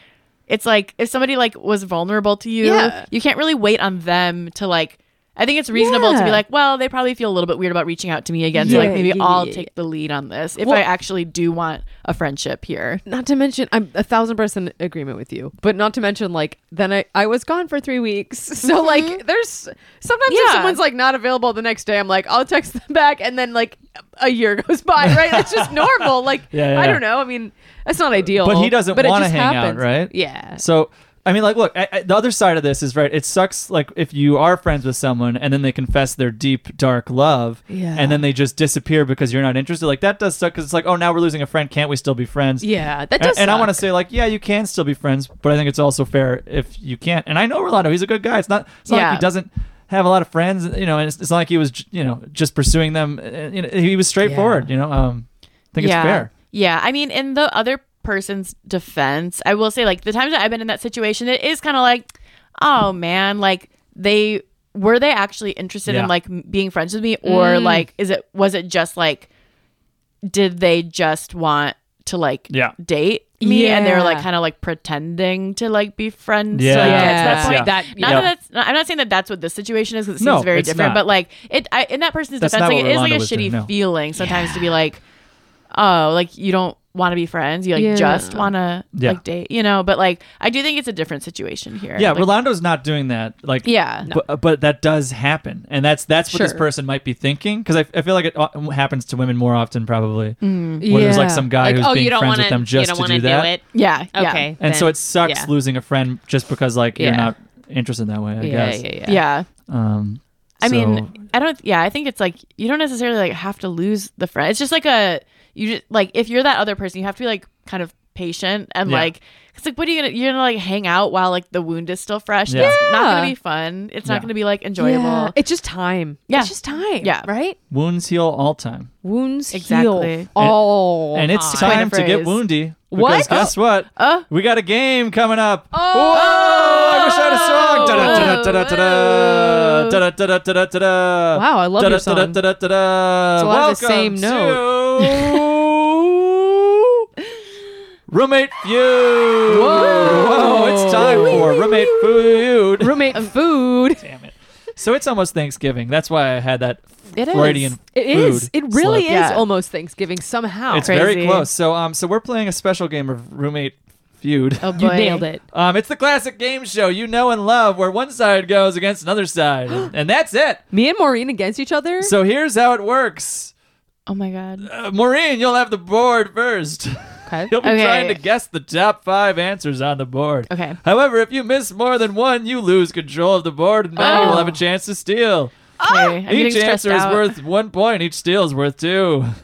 Speaker 2: it's like if somebody like was vulnerable to you,
Speaker 3: Yeah.
Speaker 2: you can't really wait on them to like I think it's reasonable to be
Speaker 3: Yeah.
Speaker 2: like, well, they probably feel a little bit weird about reaching out to me again. So
Speaker 3: Yeah,
Speaker 2: like maybe
Speaker 3: yeah, yeah,
Speaker 2: I'll
Speaker 3: yeah,
Speaker 2: take the lead on this if
Speaker 3: Well-
Speaker 2: I actually do want a friendship here.
Speaker 3: not to mention i'm a thousand percent agreement with you but not to mention like then i i was gone for three weeks so
Speaker 1: Mm-hmm.
Speaker 3: like there's sometimes if
Speaker 2: Yeah.
Speaker 3: someone's like not available the next day i'm like i'll text them back and then like a year goes by right that's just normal like
Speaker 1: Yeah, yeah,
Speaker 3: i
Speaker 1: yeah.
Speaker 3: don't know i mean that's not ideal
Speaker 1: But he doesn't
Speaker 3: but it
Speaker 1: wanna
Speaker 3: just
Speaker 1: hang out,
Speaker 3: happens.
Speaker 1: right?
Speaker 3: yeah
Speaker 1: So, I mean, like, look, I, I, the other side of this is right. It sucks, like, if you are friends with someone and then they confess their deep, dark love,
Speaker 3: Yeah.
Speaker 1: and then they just disappear because you're not interested. Like, that does suck because it's like, oh, now we're losing a friend. Can't we still be friends?
Speaker 3: yeah that
Speaker 1: A-
Speaker 3: does
Speaker 1: And, I want to
Speaker 3: suck.
Speaker 1: say, like, yeah, you can still be friends, but I think it's also fair if you can't. And I know Rolando; he's a good guy. It's not, it's not
Speaker 2: Yeah.
Speaker 1: like he doesn't have a lot of friends, you know. And it's, it's not like he was, j- you know, just pursuing them. uh, You know, he was straightforward, you know. Um, I think
Speaker 2: yeah.
Speaker 1: it's fair.
Speaker 2: Yeah. I mean, in the other person's defense, I will say, like, the times that I've been in that situation, it is kind of like, oh man, like, they were they actually interested
Speaker 1: Yeah.
Speaker 2: in like m- being friends with me, or like, is it was it just like, did they just want to like
Speaker 1: Yeah.
Speaker 2: date me, and they were like
Speaker 3: Yeah.
Speaker 2: kind of like pretending to like be friends? To,
Speaker 1: Yeah.
Speaker 2: like,
Speaker 1: Yeah.
Speaker 2: get to that
Speaker 1: That's-
Speaker 2: point?
Speaker 1: yeah.
Speaker 3: that
Speaker 2: Not
Speaker 1: Yeah.
Speaker 2: that that's. Not, I'm not saying that that's what this situation is because it
Speaker 1: No,
Speaker 2: seems very
Speaker 1: it's
Speaker 2: different.
Speaker 1: not.
Speaker 2: But like it, I, in that person's
Speaker 1: That's
Speaker 2: defense,
Speaker 1: not
Speaker 2: like, it
Speaker 1: what
Speaker 2: is like a
Speaker 1: Rolando was
Speaker 2: shitty
Speaker 1: doing, no.
Speaker 2: feeling sometimes to be like, oh, like you don't want to be friends. You like
Speaker 3: Yeah.
Speaker 2: just want to
Speaker 1: Yeah.
Speaker 2: like date, you know. But like I do think it's a different situation here.
Speaker 1: Yeah,
Speaker 2: Like,
Speaker 1: Rolando's not doing that. Like,
Speaker 2: yeah,
Speaker 1: but, but that does happen and that's that's what this
Speaker 3: Sure.
Speaker 1: person might be thinking because I, I feel like it o- happens to women more often probably
Speaker 3: yeah.
Speaker 1: where there's like some guy who's
Speaker 4: oh,
Speaker 1: being
Speaker 4: you don't
Speaker 1: friends
Speaker 4: want
Speaker 1: with them
Speaker 4: to. You
Speaker 1: just
Speaker 4: don't
Speaker 1: to
Speaker 4: want
Speaker 1: do
Speaker 4: to do,
Speaker 1: that
Speaker 4: it.
Speaker 2: yeah, yeah.
Speaker 4: Okay.
Speaker 1: and so
Speaker 4: then.
Speaker 1: it sucks
Speaker 4: yeah.
Speaker 1: losing a friend just because like you're
Speaker 4: Yeah.
Speaker 1: not interested in that way i
Speaker 4: Yeah,
Speaker 1: guess
Speaker 4: yeah,
Speaker 2: yeah.
Speaker 4: yeah.
Speaker 1: um
Speaker 2: I
Speaker 1: so-
Speaker 2: mean, I don't. Yeah, I think it's like you don't necessarily like have to lose the friend. It's just like a you just like if you're that other person, you have to be like kind of patient and
Speaker 1: Yeah.
Speaker 2: like it's like what are you gonna you're gonna like hang out while like the wound is still fresh.
Speaker 1: Yeah.
Speaker 2: It's not gonna
Speaker 3: Yeah.
Speaker 2: be fun. It's
Speaker 1: Yeah.
Speaker 2: not gonna be like enjoyable.
Speaker 3: Yeah. it's just time
Speaker 2: Yeah.
Speaker 3: it's just time
Speaker 2: Yeah.
Speaker 3: right
Speaker 1: wounds heal all time
Speaker 3: wounds
Speaker 2: Exactly.
Speaker 3: heal all
Speaker 1: and it's
Speaker 2: Quite a
Speaker 1: time to get
Speaker 2: phrase.
Speaker 1: woundy
Speaker 3: What? Uh.
Speaker 1: because guess what
Speaker 2: Oh.
Speaker 1: we got a game coming up
Speaker 3: Oh.
Speaker 1: Whoa! I wish I had a song. Da-da-da-da-da-da. Da-da-da-da-da-da.
Speaker 3: Wow, I love your song.
Speaker 1: Da-da-da-da-da-da.
Speaker 3: It's a lot of the
Speaker 1: Welcome
Speaker 3: same
Speaker 1: to Roommate Feud.
Speaker 3: Whoa.
Speaker 1: Whoa, it's time for Roommate Feud.
Speaker 3: roommate food
Speaker 1: Damn it. So it's almost Thanksgiving. That's why I had that
Speaker 2: It is.
Speaker 1: Freudian
Speaker 3: It is.
Speaker 1: food
Speaker 3: It really
Speaker 1: slip.
Speaker 3: is
Speaker 2: Yeah.
Speaker 3: almost Thanksgiving somehow.
Speaker 1: It's very
Speaker 2: Crazy.
Speaker 1: close. So um so we're playing a special game of Roommate Feud.
Speaker 2: Oh
Speaker 3: you
Speaker 2: boy.
Speaker 3: nailed it.
Speaker 1: Um, it's the classic game show you know and love, where one side goes against another side, and that's it.
Speaker 3: Me and Maureen against each other.
Speaker 1: So here's how it works.
Speaker 2: Oh my god.
Speaker 1: Uh, Maureen, you'll have the board first.
Speaker 3: okay.
Speaker 1: you'll be
Speaker 2: Okay.
Speaker 1: trying to guess the top five answers on the board.
Speaker 2: Okay.
Speaker 1: However, if you miss more than one, you lose control of the board, and now you'll have a chance to steal.
Speaker 2: Okay. Oh. I'm getting
Speaker 1: each
Speaker 2: stressed
Speaker 1: answer
Speaker 2: out.
Speaker 1: is worth one point. Each steal is worth two.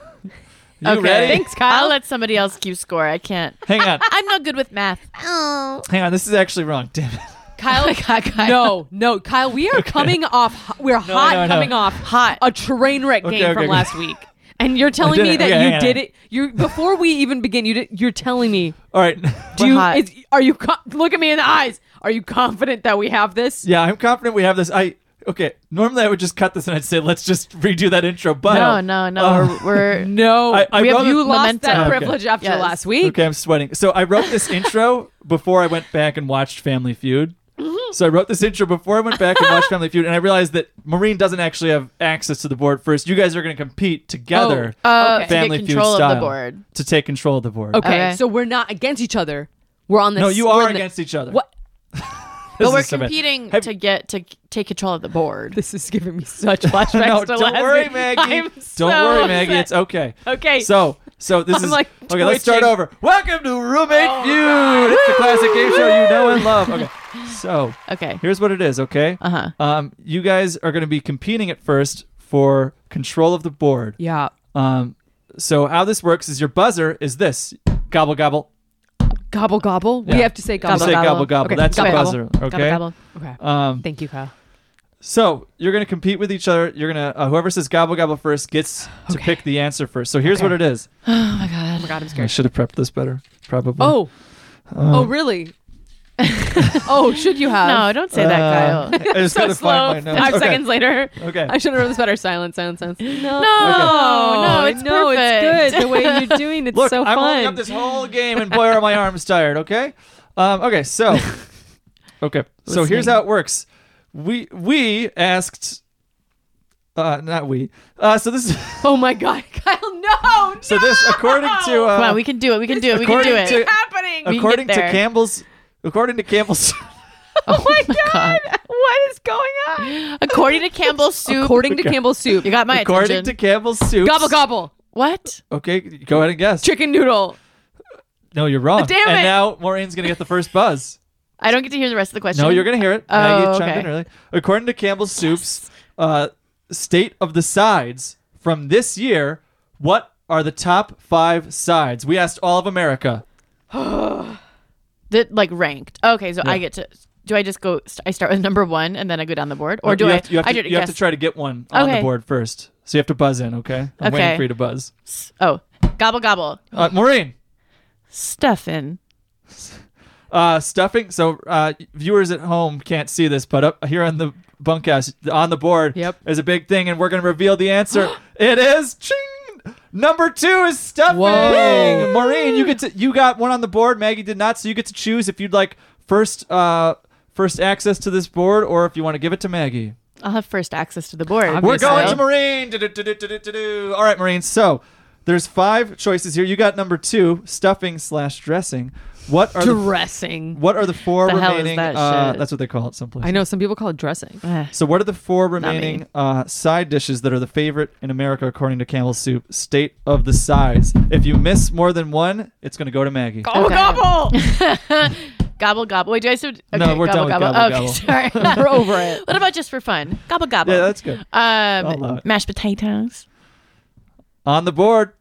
Speaker 1: You
Speaker 2: okay.
Speaker 1: ready?
Speaker 3: Thanks, Kyle.
Speaker 2: I'll let somebody else keep score. I can't.
Speaker 1: Hang on.
Speaker 2: I'm not good with math.
Speaker 1: Hang on. This is actually wrong. Damn it.
Speaker 2: Kyle, Kyle, Kyle.
Speaker 3: No, no, Kyle, we are coming off. ho- We're hot
Speaker 1: no, no.
Speaker 3: coming off hot. A train wreck
Speaker 1: Okay,
Speaker 3: game
Speaker 1: okay,
Speaker 3: from
Speaker 1: okay.
Speaker 3: last week. And you're telling
Speaker 1: did
Speaker 3: me
Speaker 1: it.
Speaker 3: that
Speaker 1: Okay,
Speaker 3: you
Speaker 1: hang on.
Speaker 3: did it. You before we even begin, you did, you're telling me.
Speaker 1: All right.
Speaker 3: Do you,
Speaker 2: hot.
Speaker 3: is, are you co- look at me in the eyes? Are you confident that we have this?
Speaker 1: yeah, I'm confident we have this. I okay. Normally I would just cut this and I'd say let's just redo that intro, but
Speaker 2: no, no, no.
Speaker 1: Oh.
Speaker 2: We're, we're
Speaker 3: No,
Speaker 1: I- I
Speaker 3: we have
Speaker 1: wrote-
Speaker 3: you lost that
Speaker 2: Momentum.
Speaker 3: privilege after
Speaker 2: Yes.
Speaker 3: last week.
Speaker 1: Okay, I'm sweating. So I wrote this intro before I went back and watched Family Feud.
Speaker 2: Mm-hmm.
Speaker 1: So I wrote this intro before I went back and watched Family Feud, and I realized that Maureen doesn't actually have access to the board first. You guys are going to compete together,
Speaker 2: uh,
Speaker 3: Okay.
Speaker 2: to get
Speaker 1: Family Feud
Speaker 2: control of
Speaker 1: style,
Speaker 2: the board.
Speaker 1: to take control of the board.
Speaker 3: Okay,
Speaker 2: Okay.
Speaker 3: so we're not against each other. We're on this.
Speaker 1: No, you
Speaker 3: we're
Speaker 1: are
Speaker 3: in the-
Speaker 1: against each other.
Speaker 3: What?
Speaker 1: This
Speaker 2: But we're
Speaker 1: is so bad.
Speaker 2: competing
Speaker 1: Have-
Speaker 2: to get to c- take control of the board.
Speaker 3: This is giving me such flashbacks
Speaker 1: no,
Speaker 3: to
Speaker 1: don't
Speaker 3: last
Speaker 1: worry,
Speaker 3: week.
Speaker 1: Maggie.
Speaker 3: I'm
Speaker 1: don't
Speaker 3: so
Speaker 1: worry, Maggie.
Speaker 3: upset.
Speaker 1: It's okay.
Speaker 3: Okay.
Speaker 1: So, so this
Speaker 3: I'm,
Speaker 1: is
Speaker 3: like,
Speaker 1: okay. Let's start
Speaker 3: twitching. Oh.
Speaker 1: over. Welcome to Roommate Feud. It's the classic game show you know and love. Okay. So
Speaker 2: Okay.
Speaker 1: here's what it is. Okay.
Speaker 2: Uh huh.
Speaker 1: Um, you guys are going to be competing at first for control of the board.
Speaker 3: yeah.
Speaker 1: Um, so how this works is your buzzer is this gobble gobble.
Speaker 3: Gobble gobble.
Speaker 1: Yeah.
Speaker 3: We have to say
Speaker 1: You
Speaker 3: gobble.
Speaker 1: say gobble gobble.
Speaker 3: Okay,
Speaker 1: That's your
Speaker 3: gobble,
Speaker 1: buzzer. Okay.
Speaker 2: Gobble,
Speaker 3: Okay.
Speaker 1: Um,
Speaker 3: Thank you, Kyle. Oh
Speaker 1: so you're going to compete with each other. You're going to uh, whoever says gobble gobble first gets to
Speaker 3: Okay.
Speaker 1: pick the answer first. So here's
Speaker 3: Okay.
Speaker 1: what it is.
Speaker 2: Oh my god.
Speaker 3: God, I'm
Speaker 1: I
Speaker 3: scared.
Speaker 1: should have prepped this better. Probably.
Speaker 3: Oh. oh really? oh, should you have?
Speaker 2: No, don't say that, Kyle.
Speaker 1: Uh, I just
Speaker 3: so
Speaker 1: gotta
Speaker 3: slow.
Speaker 1: find my notes.
Speaker 3: Five
Speaker 1: Okay.
Speaker 3: seconds later.
Speaker 1: Okay.
Speaker 3: I should have known this better. Silence, silence, silence. No,
Speaker 2: No, no, it's
Speaker 3: no, it's
Speaker 2: perfect.
Speaker 3: good. The way you're doing, it's
Speaker 1: Look,
Speaker 3: so
Speaker 1: I'm
Speaker 3: fun.
Speaker 1: holding up this whole game, and boy, are my arms tired. Okay. Um, okay. So. Okay. So here's
Speaker 2: Listening.
Speaker 1: how it works. We we asked. Uh, not we. Uh, so this.
Speaker 3: oh my god, Kyle, no, no,
Speaker 1: So this, according to. Uh,
Speaker 2: Come on, we can do it. We can do it. We can do
Speaker 1: according
Speaker 2: it.
Speaker 1: to-
Speaker 3: happening.
Speaker 2: can get
Speaker 1: according to
Speaker 2: there.
Speaker 1: Campbell's. According to Campbell's.
Speaker 2: oh my god.
Speaker 3: what is going on?
Speaker 2: According to Campbell's soup.
Speaker 3: According to Campbell's soup,
Speaker 2: you got my
Speaker 1: according to
Speaker 2: attention.
Speaker 1: Campbell's soup.
Speaker 3: gobble gobble
Speaker 2: what?
Speaker 1: Okay, go ahead and guess.
Speaker 3: chicken noodle.
Speaker 1: No, you're wrong.
Speaker 3: Damn
Speaker 1: and
Speaker 3: it.
Speaker 1: now Maureen's gonna get the first buzz.
Speaker 2: I don't get to hear the rest of the question.
Speaker 1: No, you're gonna hear it.
Speaker 2: Oh,
Speaker 1: Maggie chimed
Speaker 2: okay.
Speaker 1: in early. According to Campbell's Soup's uh, state of the sides from this year, what are the top five sides? We asked all of America.
Speaker 2: The- like ranked. Okay, so I
Speaker 1: Yeah.
Speaker 2: get to. Do I just go? st- I start with number one and then I go down the board, or do
Speaker 1: you
Speaker 2: I?
Speaker 1: Have to, you have
Speaker 2: I
Speaker 1: to,
Speaker 2: did it,
Speaker 1: you have to
Speaker 2: yes.
Speaker 1: try to get one on the
Speaker 2: Okay.
Speaker 1: board first. So you have to buzz in. Okay. I'm waiting
Speaker 2: Okay.
Speaker 1: for you to buzz.
Speaker 2: Oh, gobble gobble.
Speaker 1: Uh, Maureen.
Speaker 2: Stuffin.
Speaker 1: Uh, stuffing. So uh, viewers at home can't see this, but up here on the bunkhouse, on the board,
Speaker 3: Yep.
Speaker 1: is a big thing, and we're going to reveal the answer. it is ching! number two is stuffing.
Speaker 3: Whoa.
Speaker 1: Maureen, you get to you got one on the board. Maggie did not, so you get to choose if you'd like first uh, first access to this board, or if you want to give it to Maggie.
Speaker 2: I'll have first access to the board.
Speaker 1: We're
Speaker 3: Obviously.
Speaker 1: going to Marine. Do-do-do-do-do-do-do. All right, Marine. So there's five choices here. You got number two, stuffing slash dressing. What are the
Speaker 3: Dressing.
Speaker 1: what are the four
Speaker 2: The hell is
Speaker 1: remaining?
Speaker 2: that
Speaker 1: uh,
Speaker 2: shit?
Speaker 1: That's what they call it someplace.
Speaker 3: I know some people call it dressing.
Speaker 2: Ugh.
Speaker 1: So what are the four
Speaker 2: Not me.
Speaker 1: remaining uh, side dishes that are the favorite in America according to Campbell's Soup? State of the sides. If you miss more than one, it's going to go to Maggie.
Speaker 3: Gobble
Speaker 2: Okay.
Speaker 3: gobble.
Speaker 2: gobble gobble. Wait, do I still? Okay,
Speaker 1: No, we're
Speaker 2: gobble,
Speaker 1: done with
Speaker 2: gobble.
Speaker 1: gobble,
Speaker 2: Okay, sorry.
Speaker 3: We're over it.
Speaker 2: what about just for fun? Gobble gobble.
Speaker 1: Yeah, that's good. allow
Speaker 2: Um,
Speaker 1: it.
Speaker 2: mashed potatoes.
Speaker 1: On the board.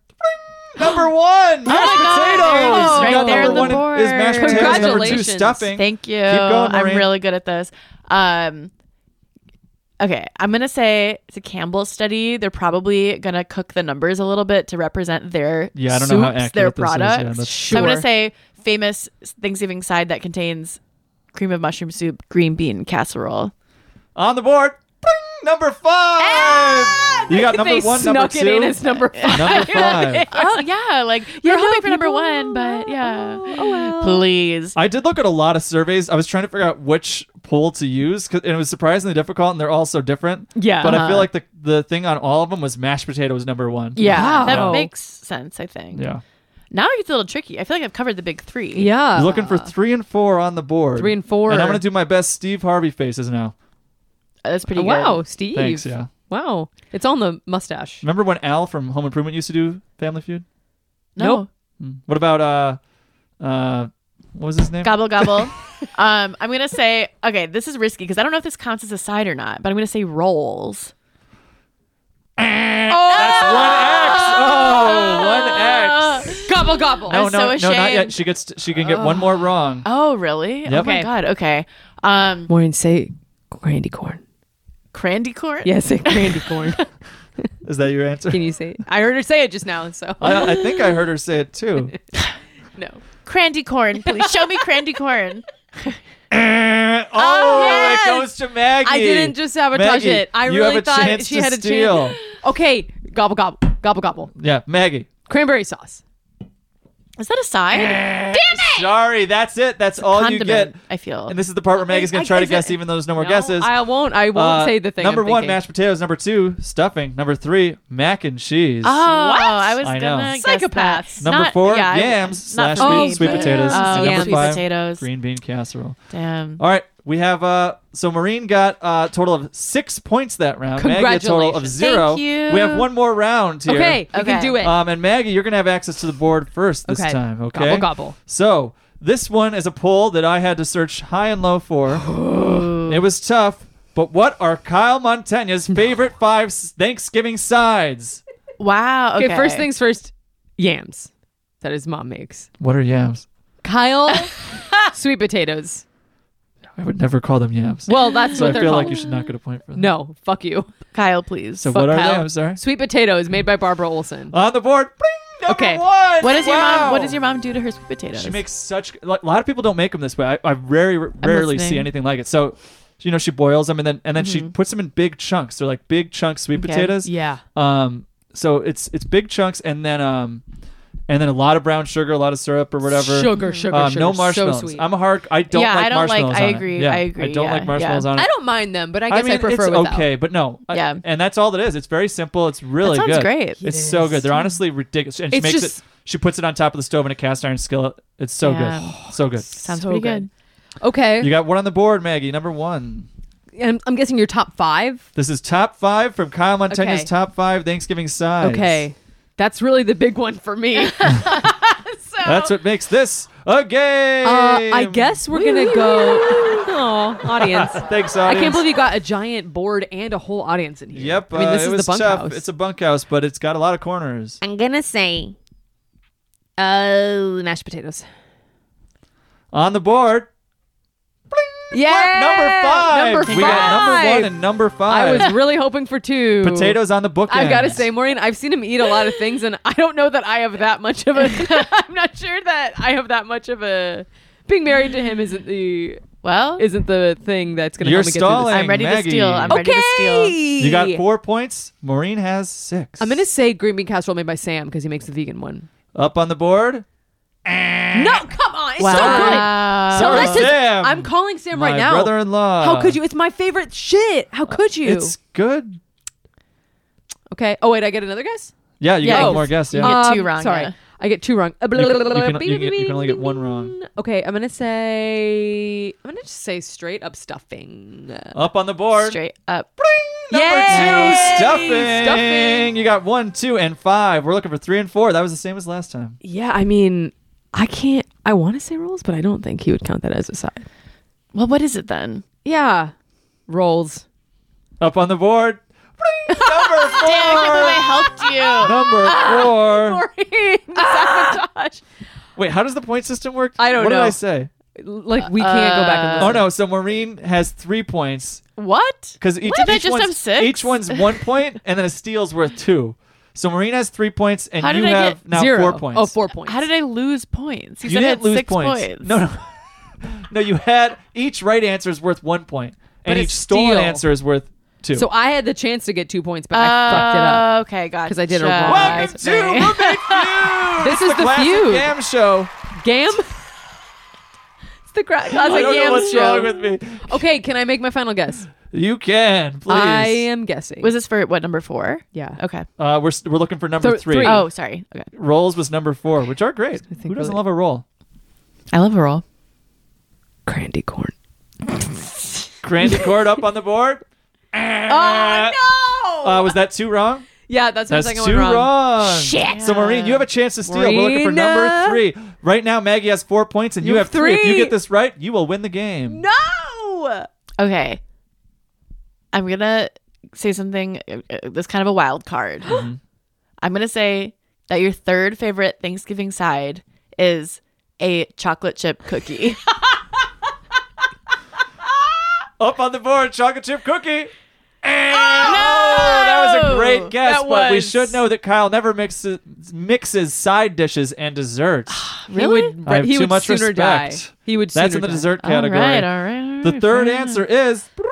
Speaker 1: Number one, mashed
Speaker 2: Oh God, there it is,
Speaker 1: potatoes.
Speaker 2: right
Speaker 1: You got
Speaker 2: there
Speaker 1: number
Speaker 2: on the
Speaker 1: one
Speaker 2: board.
Speaker 1: is mashed potatoes. Number two,
Speaker 3: Congratulations.
Speaker 1: stuffing.
Speaker 2: Thank you.
Speaker 1: going, Maureen.
Speaker 2: I'm really good at this. Um, okay, I'm gonna say it's a Campbell study. They're probably gonna cook the numbers a little bit to represent their
Speaker 1: Yeah, I don't
Speaker 2: soups,
Speaker 1: know how
Speaker 2: their
Speaker 1: accurate this is. Yeah,
Speaker 2: products.
Speaker 1: that's-
Speaker 2: So I'm gonna
Speaker 3: Sure.
Speaker 2: say famous Thanksgiving side that contains cream of mushroom soup, green bean casserole.
Speaker 1: On the board, Bing! number five.
Speaker 2: Ah!
Speaker 1: you got number
Speaker 3: they
Speaker 1: one,
Speaker 3: snuck
Speaker 1: number
Speaker 3: it
Speaker 1: two,
Speaker 3: in as number five.
Speaker 1: number five.
Speaker 2: oh yeah, like you're hoping for number one, but yeah,
Speaker 3: Oh well.
Speaker 2: please.
Speaker 1: I did look at a lot of surveys. I was trying to figure out which poll to use, 'cause- and it was surprisingly difficult, and they're all so different.
Speaker 3: Yeah.
Speaker 1: But I
Speaker 2: Uh-huh.
Speaker 1: feel like the the thing on all of them was mashed potatoes number one.
Speaker 2: Yeah,
Speaker 3: Wow.
Speaker 2: that makes sense. I think.
Speaker 1: Yeah.
Speaker 2: Now it gets a little tricky. I feel like I've covered the big three.
Speaker 3: Yeah.
Speaker 1: You're looking for three and four on the board.
Speaker 3: Uh, Three and four.
Speaker 1: And I'm gonna do my best Steve Harvey faces now.
Speaker 2: Uh, that's pretty good.
Speaker 3: Wow, Steve.
Speaker 1: Thanks. Yeah.
Speaker 3: Wow. It's on the mustache.
Speaker 1: Remember when Al from Home Improvement used to do Family Feud?
Speaker 2: No.
Speaker 3: Nope.
Speaker 1: Mm. What about uh, uh, what was his name?
Speaker 2: Gobble gobble. um, I'm gonna say okay. This is risky because I don't know if this counts as a side or not. But I'm gonna say rolls.
Speaker 1: Eh. One X. Oh, one
Speaker 4: Gobble gobble.
Speaker 1: No,
Speaker 2: I'm so
Speaker 1: no, no, not
Speaker 2: ashamed.
Speaker 1: yet. She gets. She can get one
Speaker 3: Uh,
Speaker 1: more wrong.
Speaker 2: Oh, really? Oh
Speaker 1: Yep.
Speaker 2: my
Speaker 1: Okay.
Speaker 2: god. Okay. Um,
Speaker 3: Maureen, say candy corn.
Speaker 2: Crandy Court.
Speaker 3: Yeah, say candy corn.
Speaker 1: Is that your answer?
Speaker 3: Can you say it? I heard her say it just now, so
Speaker 1: I, I think I heard her say it too.
Speaker 3: no.
Speaker 2: Crandy corn. Please show me Crandy corn.
Speaker 1: oh,
Speaker 3: yes!
Speaker 1: it goes to Maggie.
Speaker 3: I didn't just sabotage
Speaker 1: Maggie,
Speaker 3: it. I
Speaker 1: you
Speaker 3: really
Speaker 1: have a
Speaker 3: thought
Speaker 1: chance
Speaker 3: she
Speaker 1: to
Speaker 3: had a
Speaker 1: steal.
Speaker 3: chance. Okay, gobble gobble, gobble gobble.
Speaker 1: Yeah, Maggie.
Speaker 3: Cranberry sauce.
Speaker 2: Is that a side?
Speaker 1: Sorry, that's it. That's Eh. all you
Speaker 2: Condiment.
Speaker 1: get.
Speaker 2: I feel.
Speaker 1: And this is the part where Maggie's gonna
Speaker 3: I-
Speaker 1: try to
Speaker 3: is
Speaker 1: guess,
Speaker 3: it-
Speaker 1: even though there's no more
Speaker 3: No,
Speaker 1: guesses.
Speaker 3: I won't. I won't
Speaker 1: Uh,
Speaker 3: say the thing.
Speaker 1: Number
Speaker 3: I'm
Speaker 1: one,
Speaker 3: thinking.
Speaker 1: mashed potatoes. Number two, stuffing. Number three, mac and cheese.
Speaker 2: Oh, I was
Speaker 1: I know.
Speaker 2: gonna guess that.
Speaker 3: Psychopaths.
Speaker 1: Number
Speaker 2: Not-
Speaker 1: four,
Speaker 2: yeah, I-
Speaker 1: yams slash
Speaker 2: not for
Speaker 1: sweet,
Speaker 2: me,
Speaker 1: sweet
Speaker 2: but-
Speaker 1: potatoes.
Speaker 2: Oh,
Speaker 1: And
Speaker 2: yeah,
Speaker 1: number
Speaker 2: sweet
Speaker 1: five,
Speaker 2: potatoes.
Speaker 1: green Oh. bean casserole.
Speaker 2: Damn.
Speaker 1: All right, we have uh. So Maureen got a total of six points that round. Maggie a total of
Speaker 3: Congratulations.
Speaker 1: zero.
Speaker 2: Thank you.
Speaker 1: We have one more round here.
Speaker 3: Okay, we
Speaker 2: Okay.
Speaker 3: can do it.
Speaker 1: Um, and Maggie, you're gonna have access to the board first this
Speaker 3: Okay.
Speaker 1: time. Okay.
Speaker 3: Gobble, gobble.
Speaker 1: So this one is a poll that I had to search high and low for. it was tough. But what are Kyle Montaña's favorite five s- Thanksgiving sides?
Speaker 2: Wow.
Speaker 3: okay.
Speaker 2: Okay.
Speaker 3: first things first. Yams that his mom makes.
Speaker 1: What are yams?
Speaker 3: Kyle, sweet potatoes.
Speaker 1: I would never call them yams.
Speaker 3: Well, that's
Speaker 1: so I
Speaker 3: what they're
Speaker 1: feel
Speaker 3: called.
Speaker 1: like you should not get a point for that.
Speaker 3: no, fuck you.
Speaker 2: Kyle, please.
Speaker 1: So
Speaker 3: Fuck
Speaker 1: what are
Speaker 3: Kyle.
Speaker 1: they? I'm sorry. Uh,
Speaker 3: Sweet potatoes made by Barbara Olson.
Speaker 1: On the board. Bling, number
Speaker 3: Okay.
Speaker 1: One.
Speaker 2: what does your
Speaker 1: Wow.
Speaker 2: mom? What does your mom do to her sweet potatoes?
Speaker 1: She makes such like, a lot of people don't make them this way. I, I rarely rarely see
Speaker 2: listening. Mm-hmm.
Speaker 1: anything like it. So, you know, she boils them and then and then she puts them in big chunks. They're like big chunk sweet
Speaker 2: Okay.
Speaker 1: potatoes.
Speaker 3: Yeah.
Speaker 1: Um. So it's it's big chunks and then um, and then a lot of brown sugar, a lot of syrup or whatever.
Speaker 3: Sugar, sugar,
Speaker 1: Um,
Speaker 3: sugar.
Speaker 1: no
Speaker 3: So
Speaker 1: marshmallows.
Speaker 3: sweet.
Speaker 1: I'm a hard. I don't
Speaker 2: Yeah,
Speaker 1: like
Speaker 2: I don't like-
Speaker 1: marshmallows.
Speaker 2: I
Speaker 1: on it.
Speaker 2: agree,
Speaker 1: Yeah,
Speaker 2: I agree,
Speaker 1: don't
Speaker 2: yeah,
Speaker 1: like marshmallows
Speaker 2: yeah.
Speaker 1: on it.
Speaker 3: I don't mind them, but I guess I,
Speaker 1: mean,
Speaker 3: prefer
Speaker 1: it's
Speaker 3: without.
Speaker 1: okay, but no, I-
Speaker 2: Yeah.
Speaker 1: and that's all that is. It's very simple. It's really
Speaker 2: sounds
Speaker 1: good.
Speaker 2: great.
Speaker 1: It's so good. They're honestly ridiculous, and she
Speaker 3: It's
Speaker 1: makes
Speaker 3: just-
Speaker 1: it. She puts it on top of the stove in a cast iron skillet. It's so
Speaker 2: Yeah.
Speaker 1: good, so good.
Speaker 2: Sounds
Speaker 3: So
Speaker 2: pretty
Speaker 3: good.
Speaker 2: good.
Speaker 3: Okay.
Speaker 1: You got one on the board, Maggie. Number one.
Speaker 3: I'm, I'm guessing your top five.
Speaker 1: This is top five from Kyle Montaña's
Speaker 3: Okay.
Speaker 1: top five Thanksgiving sides.
Speaker 3: Okay. That's really the big one for me. uh,
Speaker 1: that's what makes this a game.
Speaker 3: Uh, I guess we're going to go. Oh, audience.
Speaker 1: Thanks,
Speaker 3: I
Speaker 1: audience.
Speaker 3: can't believe you got a giant board and a whole audience in here.
Speaker 1: Yep.
Speaker 3: I mean,
Speaker 1: uh,
Speaker 3: this
Speaker 1: it
Speaker 3: is
Speaker 1: was
Speaker 3: the
Speaker 1: tough.
Speaker 3: bunkhouse.
Speaker 1: It's a bunkhouse, but it's got a lot of corners.
Speaker 4: I'm gonna say, oh, mashed potatoes.
Speaker 1: On the board,
Speaker 3: yeah.
Speaker 1: number five.
Speaker 3: Number five.
Speaker 1: We got number one and number
Speaker 3: I
Speaker 1: five.
Speaker 3: was really hoping for two.
Speaker 1: Potatoes on the book.
Speaker 3: I've got to say, Maureen, I've seen him eat a lot of things, and I don't know that I have that much of a. I'm not sure that I have that much of a. Being married to him isn't the
Speaker 2: Well,
Speaker 3: isn't the thing that's going to
Speaker 1: You're
Speaker 3: help me get through this.
Speaker 1: stalling.
Speaker 2: I'm ready
Speaker 1: Maggie.
Speaker 2: to steal. I'm ready to steal.
Speaker 1: you got four points. Maureen has six.
Speaker 3: I'm gonna say green bean casserole made by Sam because he makes the vegan one.
Speaker 1: up on the board. Eh.
Speaker 3: No, come on, it's
Speaker 2: Wow.
Speaker 3: so good. So Uh, let's just-
Speaker 1: Sam,
Speaker 3: I'm calling Sam
Speaker 1: My
Speaker 3: right now.
Speaker 1: brother-in-law.
Speaker 3: How could you? It's my favorite shit. How could you?
Speaker 1: It's good.
Speaker 3: okay. Oh wait, I get another guess.
Speaker 1: Yeah, you
Speaker 2: Yeah,
Speaker 1: got
Speaker 3: Oh.
Speaker 2: you-
Speaker 1: more guess. Yeah.
Speaker 3: Uh,
Speaker 2: you get two wrong,
Speaker 3: Um, Sorry,
Speaker 2: yeah.
Speaker 3: I get two wrong. You
Speaker 1: you, can, you can- you can- you can only get one wrong.
Speaker 3: Okay, I'm gonna say I'm gonna just say straight up stuffing.
Speaker 1: Up on the board.
Speaker 2: Straight up.
Speaker 1: Number
Speaker 3: Yay!
Speaker 1: two, stuffing.
Speaker 3: Stuffing.
Speaker 1: You got one, two, and five. We're looking for three and four. That was the same as last time.
Speaker 3: yeah, I mean, I can't. I want to say rolls, but I don't think he would count that as a side.
Speaker 2: Well, what is it then?
Speaker 3: Yeah, rolls.
Speaker 1: Up on the board. Number
Speaker 2: I
Speaker 1: four.
Speaker 2: helped you.
Speaker 1: Number four.
Speaker 3: sabotage.
Speaker 1: Wait, how does the point system work?
Speaker 3: I don't
Speaker 1: what
Speaker 3: know. Uh,
Speaker 1: did I say?
Speaker 3: Like we can't go back and listen.
Speaker 1: Oh no! So Maureen has three points
Speaker 2: What?
Speaker 1: because each,
Speaker 2: What? Did I
Speaker 1: each
Speaker 2: just
Speaker 1: one's
Speaker 2: have six?
Speaker 1: each one's one point, and then a steal's worth two. So Maureen has three points, and
Speaker 2: How
Speaker 1: you
Speaker 2: did I
Speaker 1: have
Speaker 2: get
Speaker 1: now
Speaker 3: Zero.
Speaker 1: four points.
Speaker 3: Oh, four points.
Speaker 2: How did I lose points? You,
Speaker 1: You
Speaker 2: said I
Speaker 1: didn't
Speaker 2: had
Speaker 1: lose
Speaker 2: six
Speaker 1: points.
Speaker 2: points.
Speaker 1: No, no, no. You had each right answer is worth one point, and
Speaker 3: But a
Speaker 1: each stolen
Speaker 3: steal.
Speaker 1: answer is worth two.
Speaker 3: So I had the chance to get two points, but I fucked it up.
Speaker 2: Uh, okay, gotcha.
Speaker 3: 'Cause I did a wrong.
Speaker 1: Welcome
Speaker 3: Guys,
Speaker 1: to Roommate Feud.
Speaker 3: This
Speaker 1: It's
Speaker 3: is
Speaker 1: the
Speaker 3: the
Speaker 1: classic
Speaker 3: feud.
Speaker 1: Gam show.
Speaker 3: Gam. it's the gra- classic
Speaker 1: I don't know
Speaker 3: Gam
Speaker 1: what's
Speaker 3: show.
Speaker 1: wrong with me.
Speaker 3: Okay, can I make my final guess?
Speaker 1: You can please.
Speaker 3: I am guessing.
Speaker 2: Was this for what number four?
Speaker 3: yeah.
Speaker 2: Okay.
Speaker 1: Uh, we're s- we're looking for number
Speaker 3: Th-
Speaker 1: three.
Speaker 3: three.
Speaker 2: Oh, sorry. Okay.
Speaker 1: Rolls was number four, which are great.
Speaker 3: gonna think
Speaker 1: Who doesn't
Speaker 3: really-
Speaker 1: love a roll?
Speaker 2: I love a roll.
Speaker 3: Candy corn.
Speaker 1: Grandy Court up on the board.
Speaker 2: Ah!
Speaker 3: Oh no!
Speaker 1: Uh, was that two wrong?
Speaker 3: yeah, that's my
Speaker 1: That's
Speaker 3: second
Speaker 1: two
Speaker 3: one wrong.
Speaker 1: wrong. Shit. So Maureen, you have a chance to steal. We're looking for number three.
Speaker 3: Marina.
Speaker 1: Right now, Maggie has four points, and you,
Speaker 3: You
Speaker 1: have
Speaker 3: have
Speaker 1: three. If you
Speaker 3: three.
Speaker 1: get this right, you will win the game.
Speaker 3: No.
Speaker 2: Okay. I'm
Speaker 1: Mm-hmm.
Speaker 2: gonna say something uh, uh, that's kind of a wild card. I'm gonna say that your third favorite Thanksgiving side is a chocolate chip cookie.
Speaker 1: Up on the board, chocolate chip cookie. And- oh, that was a great guess,
Speaker 2: That
Speaker 1: but we
Speaker 2: was-
Speaker 1: should know that Kyle never mixes mixes side dishes and desserts.
Speaker 2: Really?
Speaker 3: He would,
Speaker 1: I have
Speaker 3: he
Speaker 1: too
Speaker 3: would
Speaker 1: much
Speaker 3: sooner die.
Speaker 1: respect.
Speaker 3: He would
Speaker 1: That's
Speaker 3: sooner
Speaker 1: in the
Speaker 3: die.
Speaker 1: dessert
Speaker 2: All right,
Speaker 1: category.
Speaker 2: all right, all
Speaker 1: The
Speaker 2: right,
Speaker 1: third
Speaker 2: fair
Speaker 1: answer
Speaker 2: enough.
Speaker 1: is bring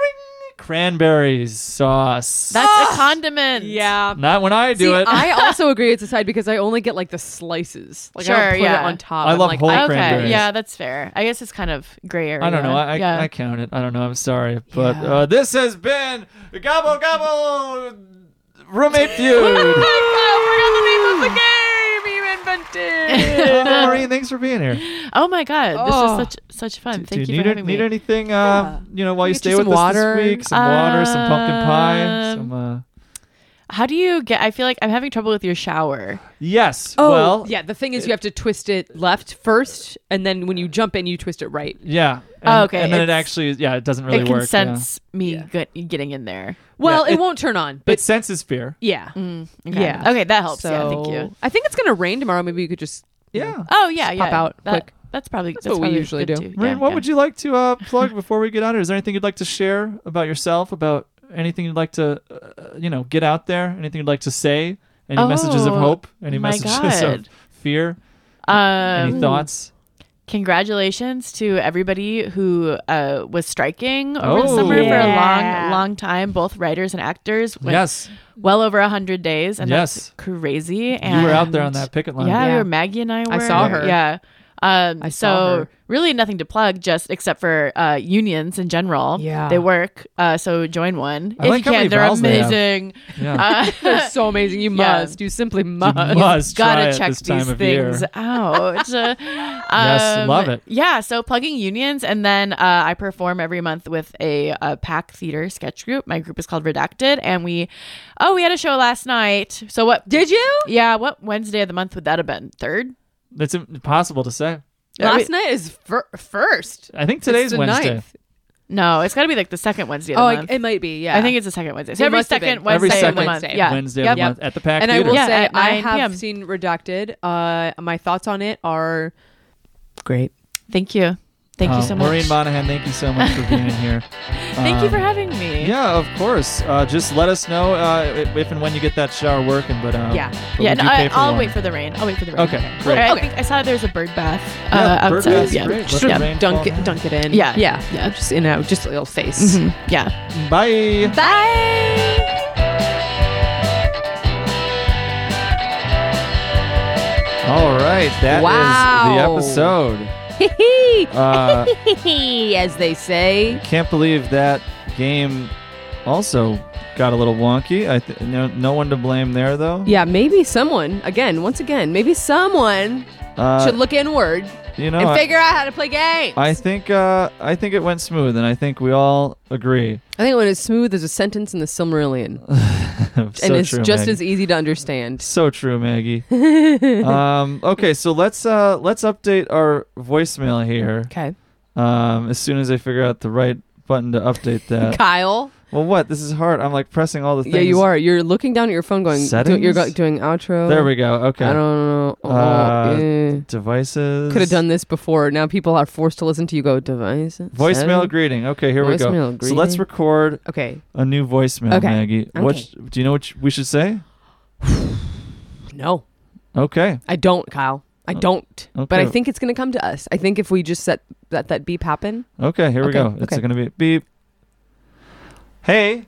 Speaker 1: cranberry sauce.
Speaker 2: That's a condiment.
Speaker 3: Yeah.
Speaker 1: not when I Mm-hmm. do
Speaker 3: See,
Speaker 1: it.
Speaker 3: I also agree it's a side because I only get like the slices. Like I
Speaker 2: Sure,
Speaker 3: don't put
Speaker 2: yeah.
Speaker 3: it on top.
Speaker 1: I
Speaker 3: I'm
Speaker 1: love
Speaker 3: like,
Speaker 1: whole
Speaker 2: Okay.
Speaker 1: cranberries.
Speaker 2: Yeah, that's fair. I guess it's kind of gray area.
Speaker 1: I don't know. I,
Speaker 2: yeah.
Speaker 1: I count it. I don't know. I'm sorry, but uh, this has been Gobble Gobble Roommate Feud. Uh, Maureen, thanks for being here.
Speaker 2: oh my god,
Speaker 3: Oh.
Speaker 2: this is such such fun. Thank
Speaker 1: Do
Speaker 2: you
Speaker 1: need,
Speaker 2: for having
Speaker 1: need
Speaker 2: me.
Speaker 1: anything? Uh, You know, while you
Speaker 3: Get you
Speaker 1: stay with
Speaker 3: some
Speaker 1: us
Speaker 3: water.
Speaker 1: this week, some water, some pumpkin pie,
Speaker 2: Um,
Speaker 1: some. Uh,
Speaker 2: How do you get? I feel like I'm having trouble with your shower.
Speaker 1: yes.
Speaker 3: Oh,
Speaker 1: well.
Speaker 3: yeah. The thing is, you have to twist it left first, and then when you jump in, you twist it right.
Speaker 1: Yeah.
Speaker 2: Oh,
Speaker 1: And-
Speaker 2: okay,
Speaker 1: And then it
Speaker 2: it's-
Speaker 1: actually, yeah, it doesn't really
Speaker 2: it can
Speaker 1: work. yeah.
Speaker 2: sense me get- getting in there.
Speaker 3: Well,
Speaker 1: Yeah,
Speaker 3: it,
Speaker 1: it-
Speaker 3: won't turn on,
Speaker 1: It
Speaker 3: but
Speaker 1: senses fear.
Speaker 3: yeah.
Speaker 2: Mm, Okay.
Speaker 3: Yeah.
Speaker 2: Okay, that helps.
Speaker 3: So
Speaker 2: Yeah, thank you.
Speaker 3: I think it's gonna rain tomorrow. Maybe you could just
Speaker 1: Yeah.
Speaker 2: Oh yeah,
Speaker 3: Just
Speaker 2: yeah.
Speaker 3: pop out
Speaker 2: that,
Speaker 3: quick.
Speaker 2: That's probably that's,
Speaker 3: what we
Speaker 2: probably
Speaker 3: usually
Speaker 2: good
Speaker 3: do.
Speaker 2: too.
Speaker 1: Maureen,
Speaker 2: Yeah,
Speaker 1: what
Speaker 2: yeah.
Speaker 1: would you like to uh, plug before we get out? Or is there anything you'd like to share about yourself? About anything you'd like to, uh, you know, get out there? Anything you'd like to say? Any messages of
Speaker 2: Oh,
Speaker 1: hope? Any
Speaker 2: my
Speaker 1: messages
Speaker 2: God.
Speaker 1: of fear?
Speaker 2: Um,
Speaker 1: Any thoughts?
Speaker 2: congratulations to everybody who uh, was striking over the
Speaker 1: Oh.
Speaker 2: summer for a
Speaker 4: Yeah.
Speaker 2: long, long time. Both writers and actors. Went
Speaker 1: yes,
Speaker 2: Well over a hundred days, and
Speaker 1: Yes.
Speaker 2: that's crazy. And
Speaker 1: you were out there on that picket line.
Speaker 2: Yeah, we
Speaker 3: Yeah.
Speaker 2: were Maggie and I were.
Speaker 3: I saw her.
Speaker 2: Yeah. Um,
Speaker 3: I
Speaker 2: so
Speaker 3: saw her.
Speaker 2: really nothing to plug, just except for uh, unions in general.
Speaker 3: Yeah.
Speaker 2: they work. Uh, so join one
Speaker 1: I
Speaker 2: if
Speaker 1: like
Speaker 2: you
Speaker 1: how many
Speaker 2: can. They're
Speaker 1: vowels they have.
Speaker 2: amazing.
Speaker 1: Yeah.
Speaker 2: Uh,
Speaker 3: They're so amazing. You
Speaker 2: Yeah.
Speaker 3: must. You simply must.
Speaker 1: You must
Speaker 2: Gotta
Speaker 1: try it
Speaker 2: check
Speaker 1: this
Speaker 2: these
Speaker 1: time of
Speaker 2: things
Speaker 1: year.
Speaker 2: out. Uh,
Speaker 1: Yes, love it.
Speaker 2: Um, Yeah, so plugging unions, and then uh, I perform every month with a, uh pack theater sketch group. My group is called Redacted, and we, oh, we had a show last night. So what
Speaker 3: Did you?
Speaker 2: Yeah, what Wednesday of the month would that have been? Third?
Speaker 1: It's impossible to say.
Speaker 3: Last night is fir- first.
Speaker 1: I think today's
Speaker 3: It's the
Speaker 1: Wednesday.
Speaker 3: ninth.
Speaker 2: No, it's got to be like the second Wednesday of
Speaker 3: Oh,
Speaker 2: the
Speaker 3: I,
Speaker 2: month.
Speaker 3: it might be. Yeah,
Speaker 2: I think it's the second Wednesday. So
Speaker 3: It
Speaker 2: every
Speaker 3: must have
Speaker 2: second
Speaker 3: been.
Speaker 1: Every
Speaker 2: Wednesday of the
Speaker 1: second
Speaker 2: month. Yeah.
Speaker 1: Wednesday of
Speaker 2: Yep.
Speaker 1: the month at the Pack
Speaker 3: And I
Speaker 1: Theater.
Speaker 3: will
Speaker 2: Yeah,
Speaker 3: say,
Speaker 2: at
Speaker 3: I
Speaker 2: 9 p.m..
Speaker 3: have seen Redacted. Uh, my thoughts on it are great.
Speaker 2: Thank you. Thank you
Speaker 1: Uh,
Speaker 2: so much.
Speaker 1: Maureen Monahan, thank you so much for being here.
Speaker 2: Thank you
Speaker 1: Um,
Speaker 2: for having me.
Speaker 1: Yeah, of course. Uh, just let us know uh, if- if and when you get that shower working. But um,
Speaker 3: Yeah.
Speaker 1: but we
Speaker 2: Yeah,
Speaker 1: do
Speaker 2: no, I,
Speaker 1: pay for
Speaker 2: I'll
Speaker 1: one.
Speaker 2: wait for the rain. I'll wait for the rain.
Speaker 1: Okay, great.
Speaker 2: All right, I,
Speaker 3: Okay.
Speaker 2: think I saw there's a bird bath uh,
Speaker 1: Yeah, bird
Speaker 2: outside.
Speaker 1: bath's
Speaker 2: yeah.
Speaker 1: great. Let
Speaker 2: Sure.
Speaker 1: the rain
Speaker 3: Dunk
Speaker 1: fall
Speaker 3: it, dunk it in.
Speaker 2: Yeah.
Speaker 3: yeah,
Speaker 2: Yeah.
Speaker 3: Just in out, just a little face.
Speaker 2: Mm-hmm. Yeah.
Speaker 1: Bye.
Speaker 4: Bye.
Speaker 1: All right, that is
Speaker 3: Wow.
Speaker 1: the episode. Uh,
Speaker 3: As they say.
Speaker 1: can't believe that game also got a little wonky. I th- no, no one to blame there though.
Speaker 3: Yeah, maybe someone again, once again, maybe someone
Speaker 1: Uh,
Speaker 3: should look inward
Speaker 1: you know,
Speaker 3: and
Speaker 1: I,
Speaker 3: figure out how to play games.
Speaker 1: I think uh, I think it went smooth, and I think we all agree.
Speaker 3: I think when it's smooth as a sentence in the Silmarillion,
Speaker 1: so
Speaker 3: and it's
Speaker 1: true,
Speaker 3: just
Speaker 1: Maggie.
Speaker 3: as easy to understand.
Speaker 1: So true, Maggie. um, okay, so let's uh, let's update our voicemail here.
Speaker 3: Okay,
Speaker 1: Um, as soon as I figure out the right button to update that.
Speaker 3: Kyle.
Speaker 1: well, what? This is hard. I'm like pressing all the things.
Speaker 3: Yeah, you are. You're looking down at your phone, going. Do, you're go-
Speaker 1: Settings?
Speaker 3: doing outro.
Speaker 1: There we go. Okay.
Speaker 3: I don't know. Oh,
Speaker 1: Uh,
Speaker 3: eh.
Speaker 1: Devices.
Speaker 3: Could have done this before. Now people are forced to listen to you go device.
Speaker 1: Voicemail
Speaker 3: seven?"
Speaker 1: greeting. Okay, here we go.
Speaker 3: Voicemail
Speaker 1: So let's
Speaker 3: greeting.
Speaker 1: record
Speaker 3: Okay.
Speaker 1: a new voicemail,
Speaker 3: Okay.
Speaker 1: Maggie. What
Speaker 3: Okay.
Speaker 1: sh- do you know? What sh- we should say?
Speaker 3: No,
Speaker 1: Okay.
Speaker 3: I don't, Kyle. I don't. But I
Speaker 1: Oh, okay.
Speaker 3: think it's going to come to us. I think if we just set that that beep happen.
Speaker 1: Okay, here we
Speaker 3: Okay,
Speaker 1: go. It's
Speaker 3: okay.
Speaker 1: going to be beep. Hey,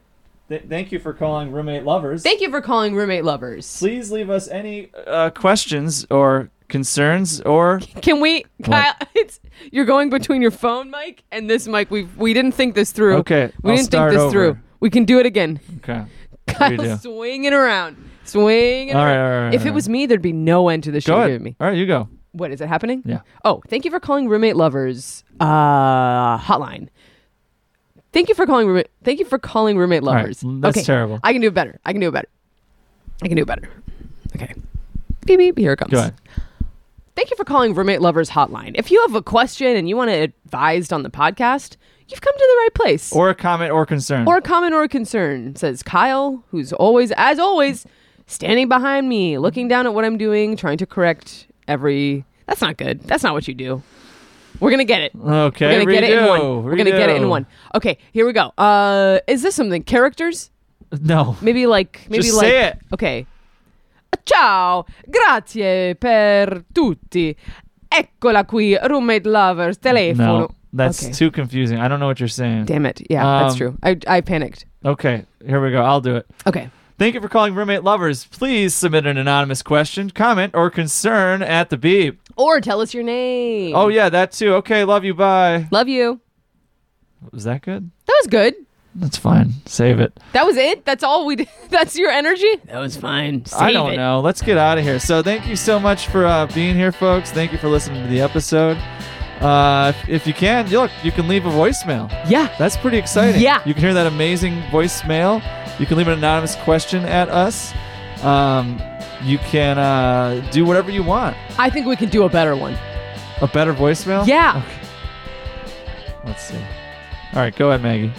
Speaker 1: th- thank you for calling Roommate Lovers.
Speaker 3: Thank you for calling roommate lovers.
Speaker 1: Please leave us any uh, questions or concerns or
Speaker 3: Can we, Kyle? It's you're going between your phone mic and this mic. We we didn't think this through.
Speaker 1: Okay,
Speaker 3: We
Speaker 1: I'll
Speaker 3: didn't think
Speaker 1: start
Speaker 3: this
Speaker 1: over.
Speaker 3: through. We can do it again.
Speaker 1: okay. We do.
Speaker 3: Kyle, swinging around, swinging.
Speaker 1: All right,
Speaker 3: around.
Speaker 1: all right, all right,
Speaker 3: if
Speaker 1: all
Speaker 3: it
Speaker 1: right.
Speaker 3: was me, there'd be no end to the show.
Speaker 1: Go
Speaker 3: you
Speaker 1: ahead.
Speaker 3: gave me.
Speaker 1: All right, you go.
Speaker 3: What is it happening?
Speaker 1: Yeah.
Speaker 3: Oh, thank you for calling roommate lovers uh, hotline. Thank you for calling roommate. Thank you for calling roommate
Speaker 1: right.
Speaker 3: lovers.
Speaker 1: That's
Speaker 3: okay.
Speaker 1: terrible.
Speaker 3: I can do it better. I can do it better. I can do it better. Okay. Beep beep. Here it comes.
Speaker 1: Go ahead.
Speaker 3: Thank you for calling roommate lovers hotline. If you have a question and you want it advised on the podcast, you've come to the right place.
Speaker 1: Or a comment or concern.
Speaker 3: Or a comment or a concern, says Kyle, who's always, as always, standing behind me, looking down at what I'm doing, trying to correct every. That's not good. That's not what you do. We're gonna get it.
Speaker 1: Okay,
Speaker 3: We're gonna get it in one.
Speaker 1: redo,
Speaker 3: We're gonna get it in
Speaker 1: redo.
Speaker 3: one. Okay, here we go. Uh, is this something? Characters?
Speaker 1: No.
Speaker 3: Maybe like maybe
Speaker 1: Just
Speaker 3: like
Speaker 1: say it.
Speaker 3: okay. Ciao, grazie per tutti. Eccola qui, roommate lovers, telefono.
Speaker 1: No. That's
Speaker 3: Okay.
Speaker 1: too confusing. I don't know what you're saying.
Speaker 3: Damn it. Yeah, that's
Speaker 1: Um,
Speaker 3: true. I I panicked.
Speaker 1: Okay, here we go. I'll do it.
Speaker 3: Okay.
Speaker 1: Thank you for calling Roommate Lovers. Please submit an anonymous question, comment, or concern at the beep.
Speaker 3: Or tell us your name.
Speaker 1: Oh, yeah, that too. Okay, love you. Bye.
Speaker 3: Love you.
Speaker 1: Was that good?
Speaker 3: That was good.
Speaker 1: That's fine. Save it.
Speaker 3: That was it. That's all we did. That's your energy. That was fine.
Speaker 1: I don't know. Let's get out of here. So, thank you so much for uh, being here, folks. Thank you for listening to the episode. Uh, if, if you can, look, you can leave a voicemail.
Speaker 3: Yeah.
Speaker 1: That's pretty exciting.
Speaker 3: Yeah.
Speaker 1: You can hear that amazing voicemail. You can leave an anonymous question at us. Um, you can uh, do whatever you want.
Speaker 3: I think we can do a better one.
Speaker 1: A better voicemail?
Speaker 3: Yeah.
Speaker 1: Let's see. All right, go ahead, Maggie.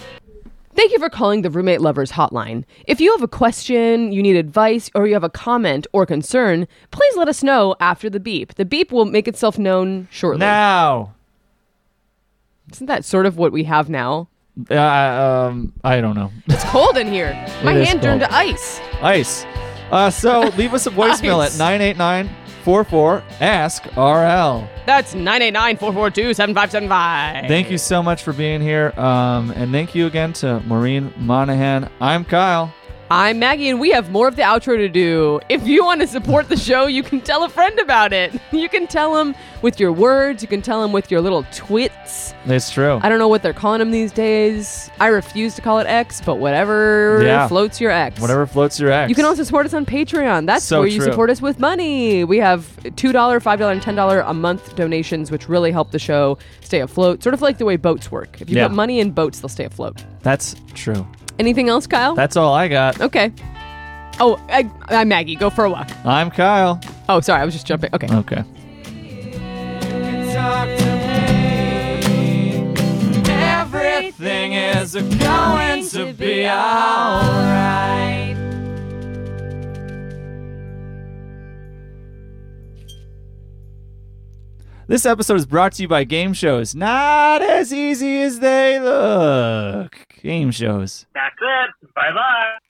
Speaker 3: Thank you for calling the Roommate Lovers Hotline. If you have a question, you need advice, or you have a comment or concern, please let us know after the beep. The beep will make itself known shortly.
Speaker 1: Now,
Speaker 3: Isn't that sort of what we have now?
Speaker 1: uh, um, I don't know.
Speaker 3: It's cold in here. My
Speaker 1: It is
Speaker 3: hand turned
Speaker 1: cold.
Speaker 3: to ice.
Speaker 1: Ice. Uh, so leave us a voicemail
Speaker 3: Ice.
Speaker 1: at 989 44 Ask RL.
Speaker 3: That's 989 442 7575.
Speaker 1: Thank you so much for being here. Um, and thank you again to Maureen Monahan. I'm Kyle.
Speaker 3: I'm Maggie, and we have more of the outro to do. If you want to support the show, you can tell a friend about it. You can tell them with your words, you can tell them with your little twits.
Speaker 1: It's true.
Speaker 3: I don't know what they're calling them these days. I refuse to call it X, but whatever
Speaker 1: Yeah.
Speaker 3: floats your X.
Speaker 1: Whatever floats your ass.
Speaker 3: You can also support us on Patreon. That's
Speaker 1: So
Speaker 3: where you
Speaker 1: true.
Speaker 3: support us with money. We have $2, $5, and $10 a month donations, which really help the show stay afloat. Sort of like the way boats work. If you
Speaker 1: Yeah.
Speaker 3: put money in boats, they'll stay afloat.
Speaker 1: That's true.
Speaker 3: Anything else, Kyle?
Speaker 1: That's all I got.
Speaker 3: okay. Oh, I, I'm Maggie. Go for a walk.
Speaker 1: I'm Kyle.
Speaker 3: Oh, sorry. I was just jumping. Okay.
Speaker 1: Okay. Everything is going to be alright. This episode is brought to you by game shows. Not as easy as they look. Game shows.
Speaker 5: That's it. Bye bye.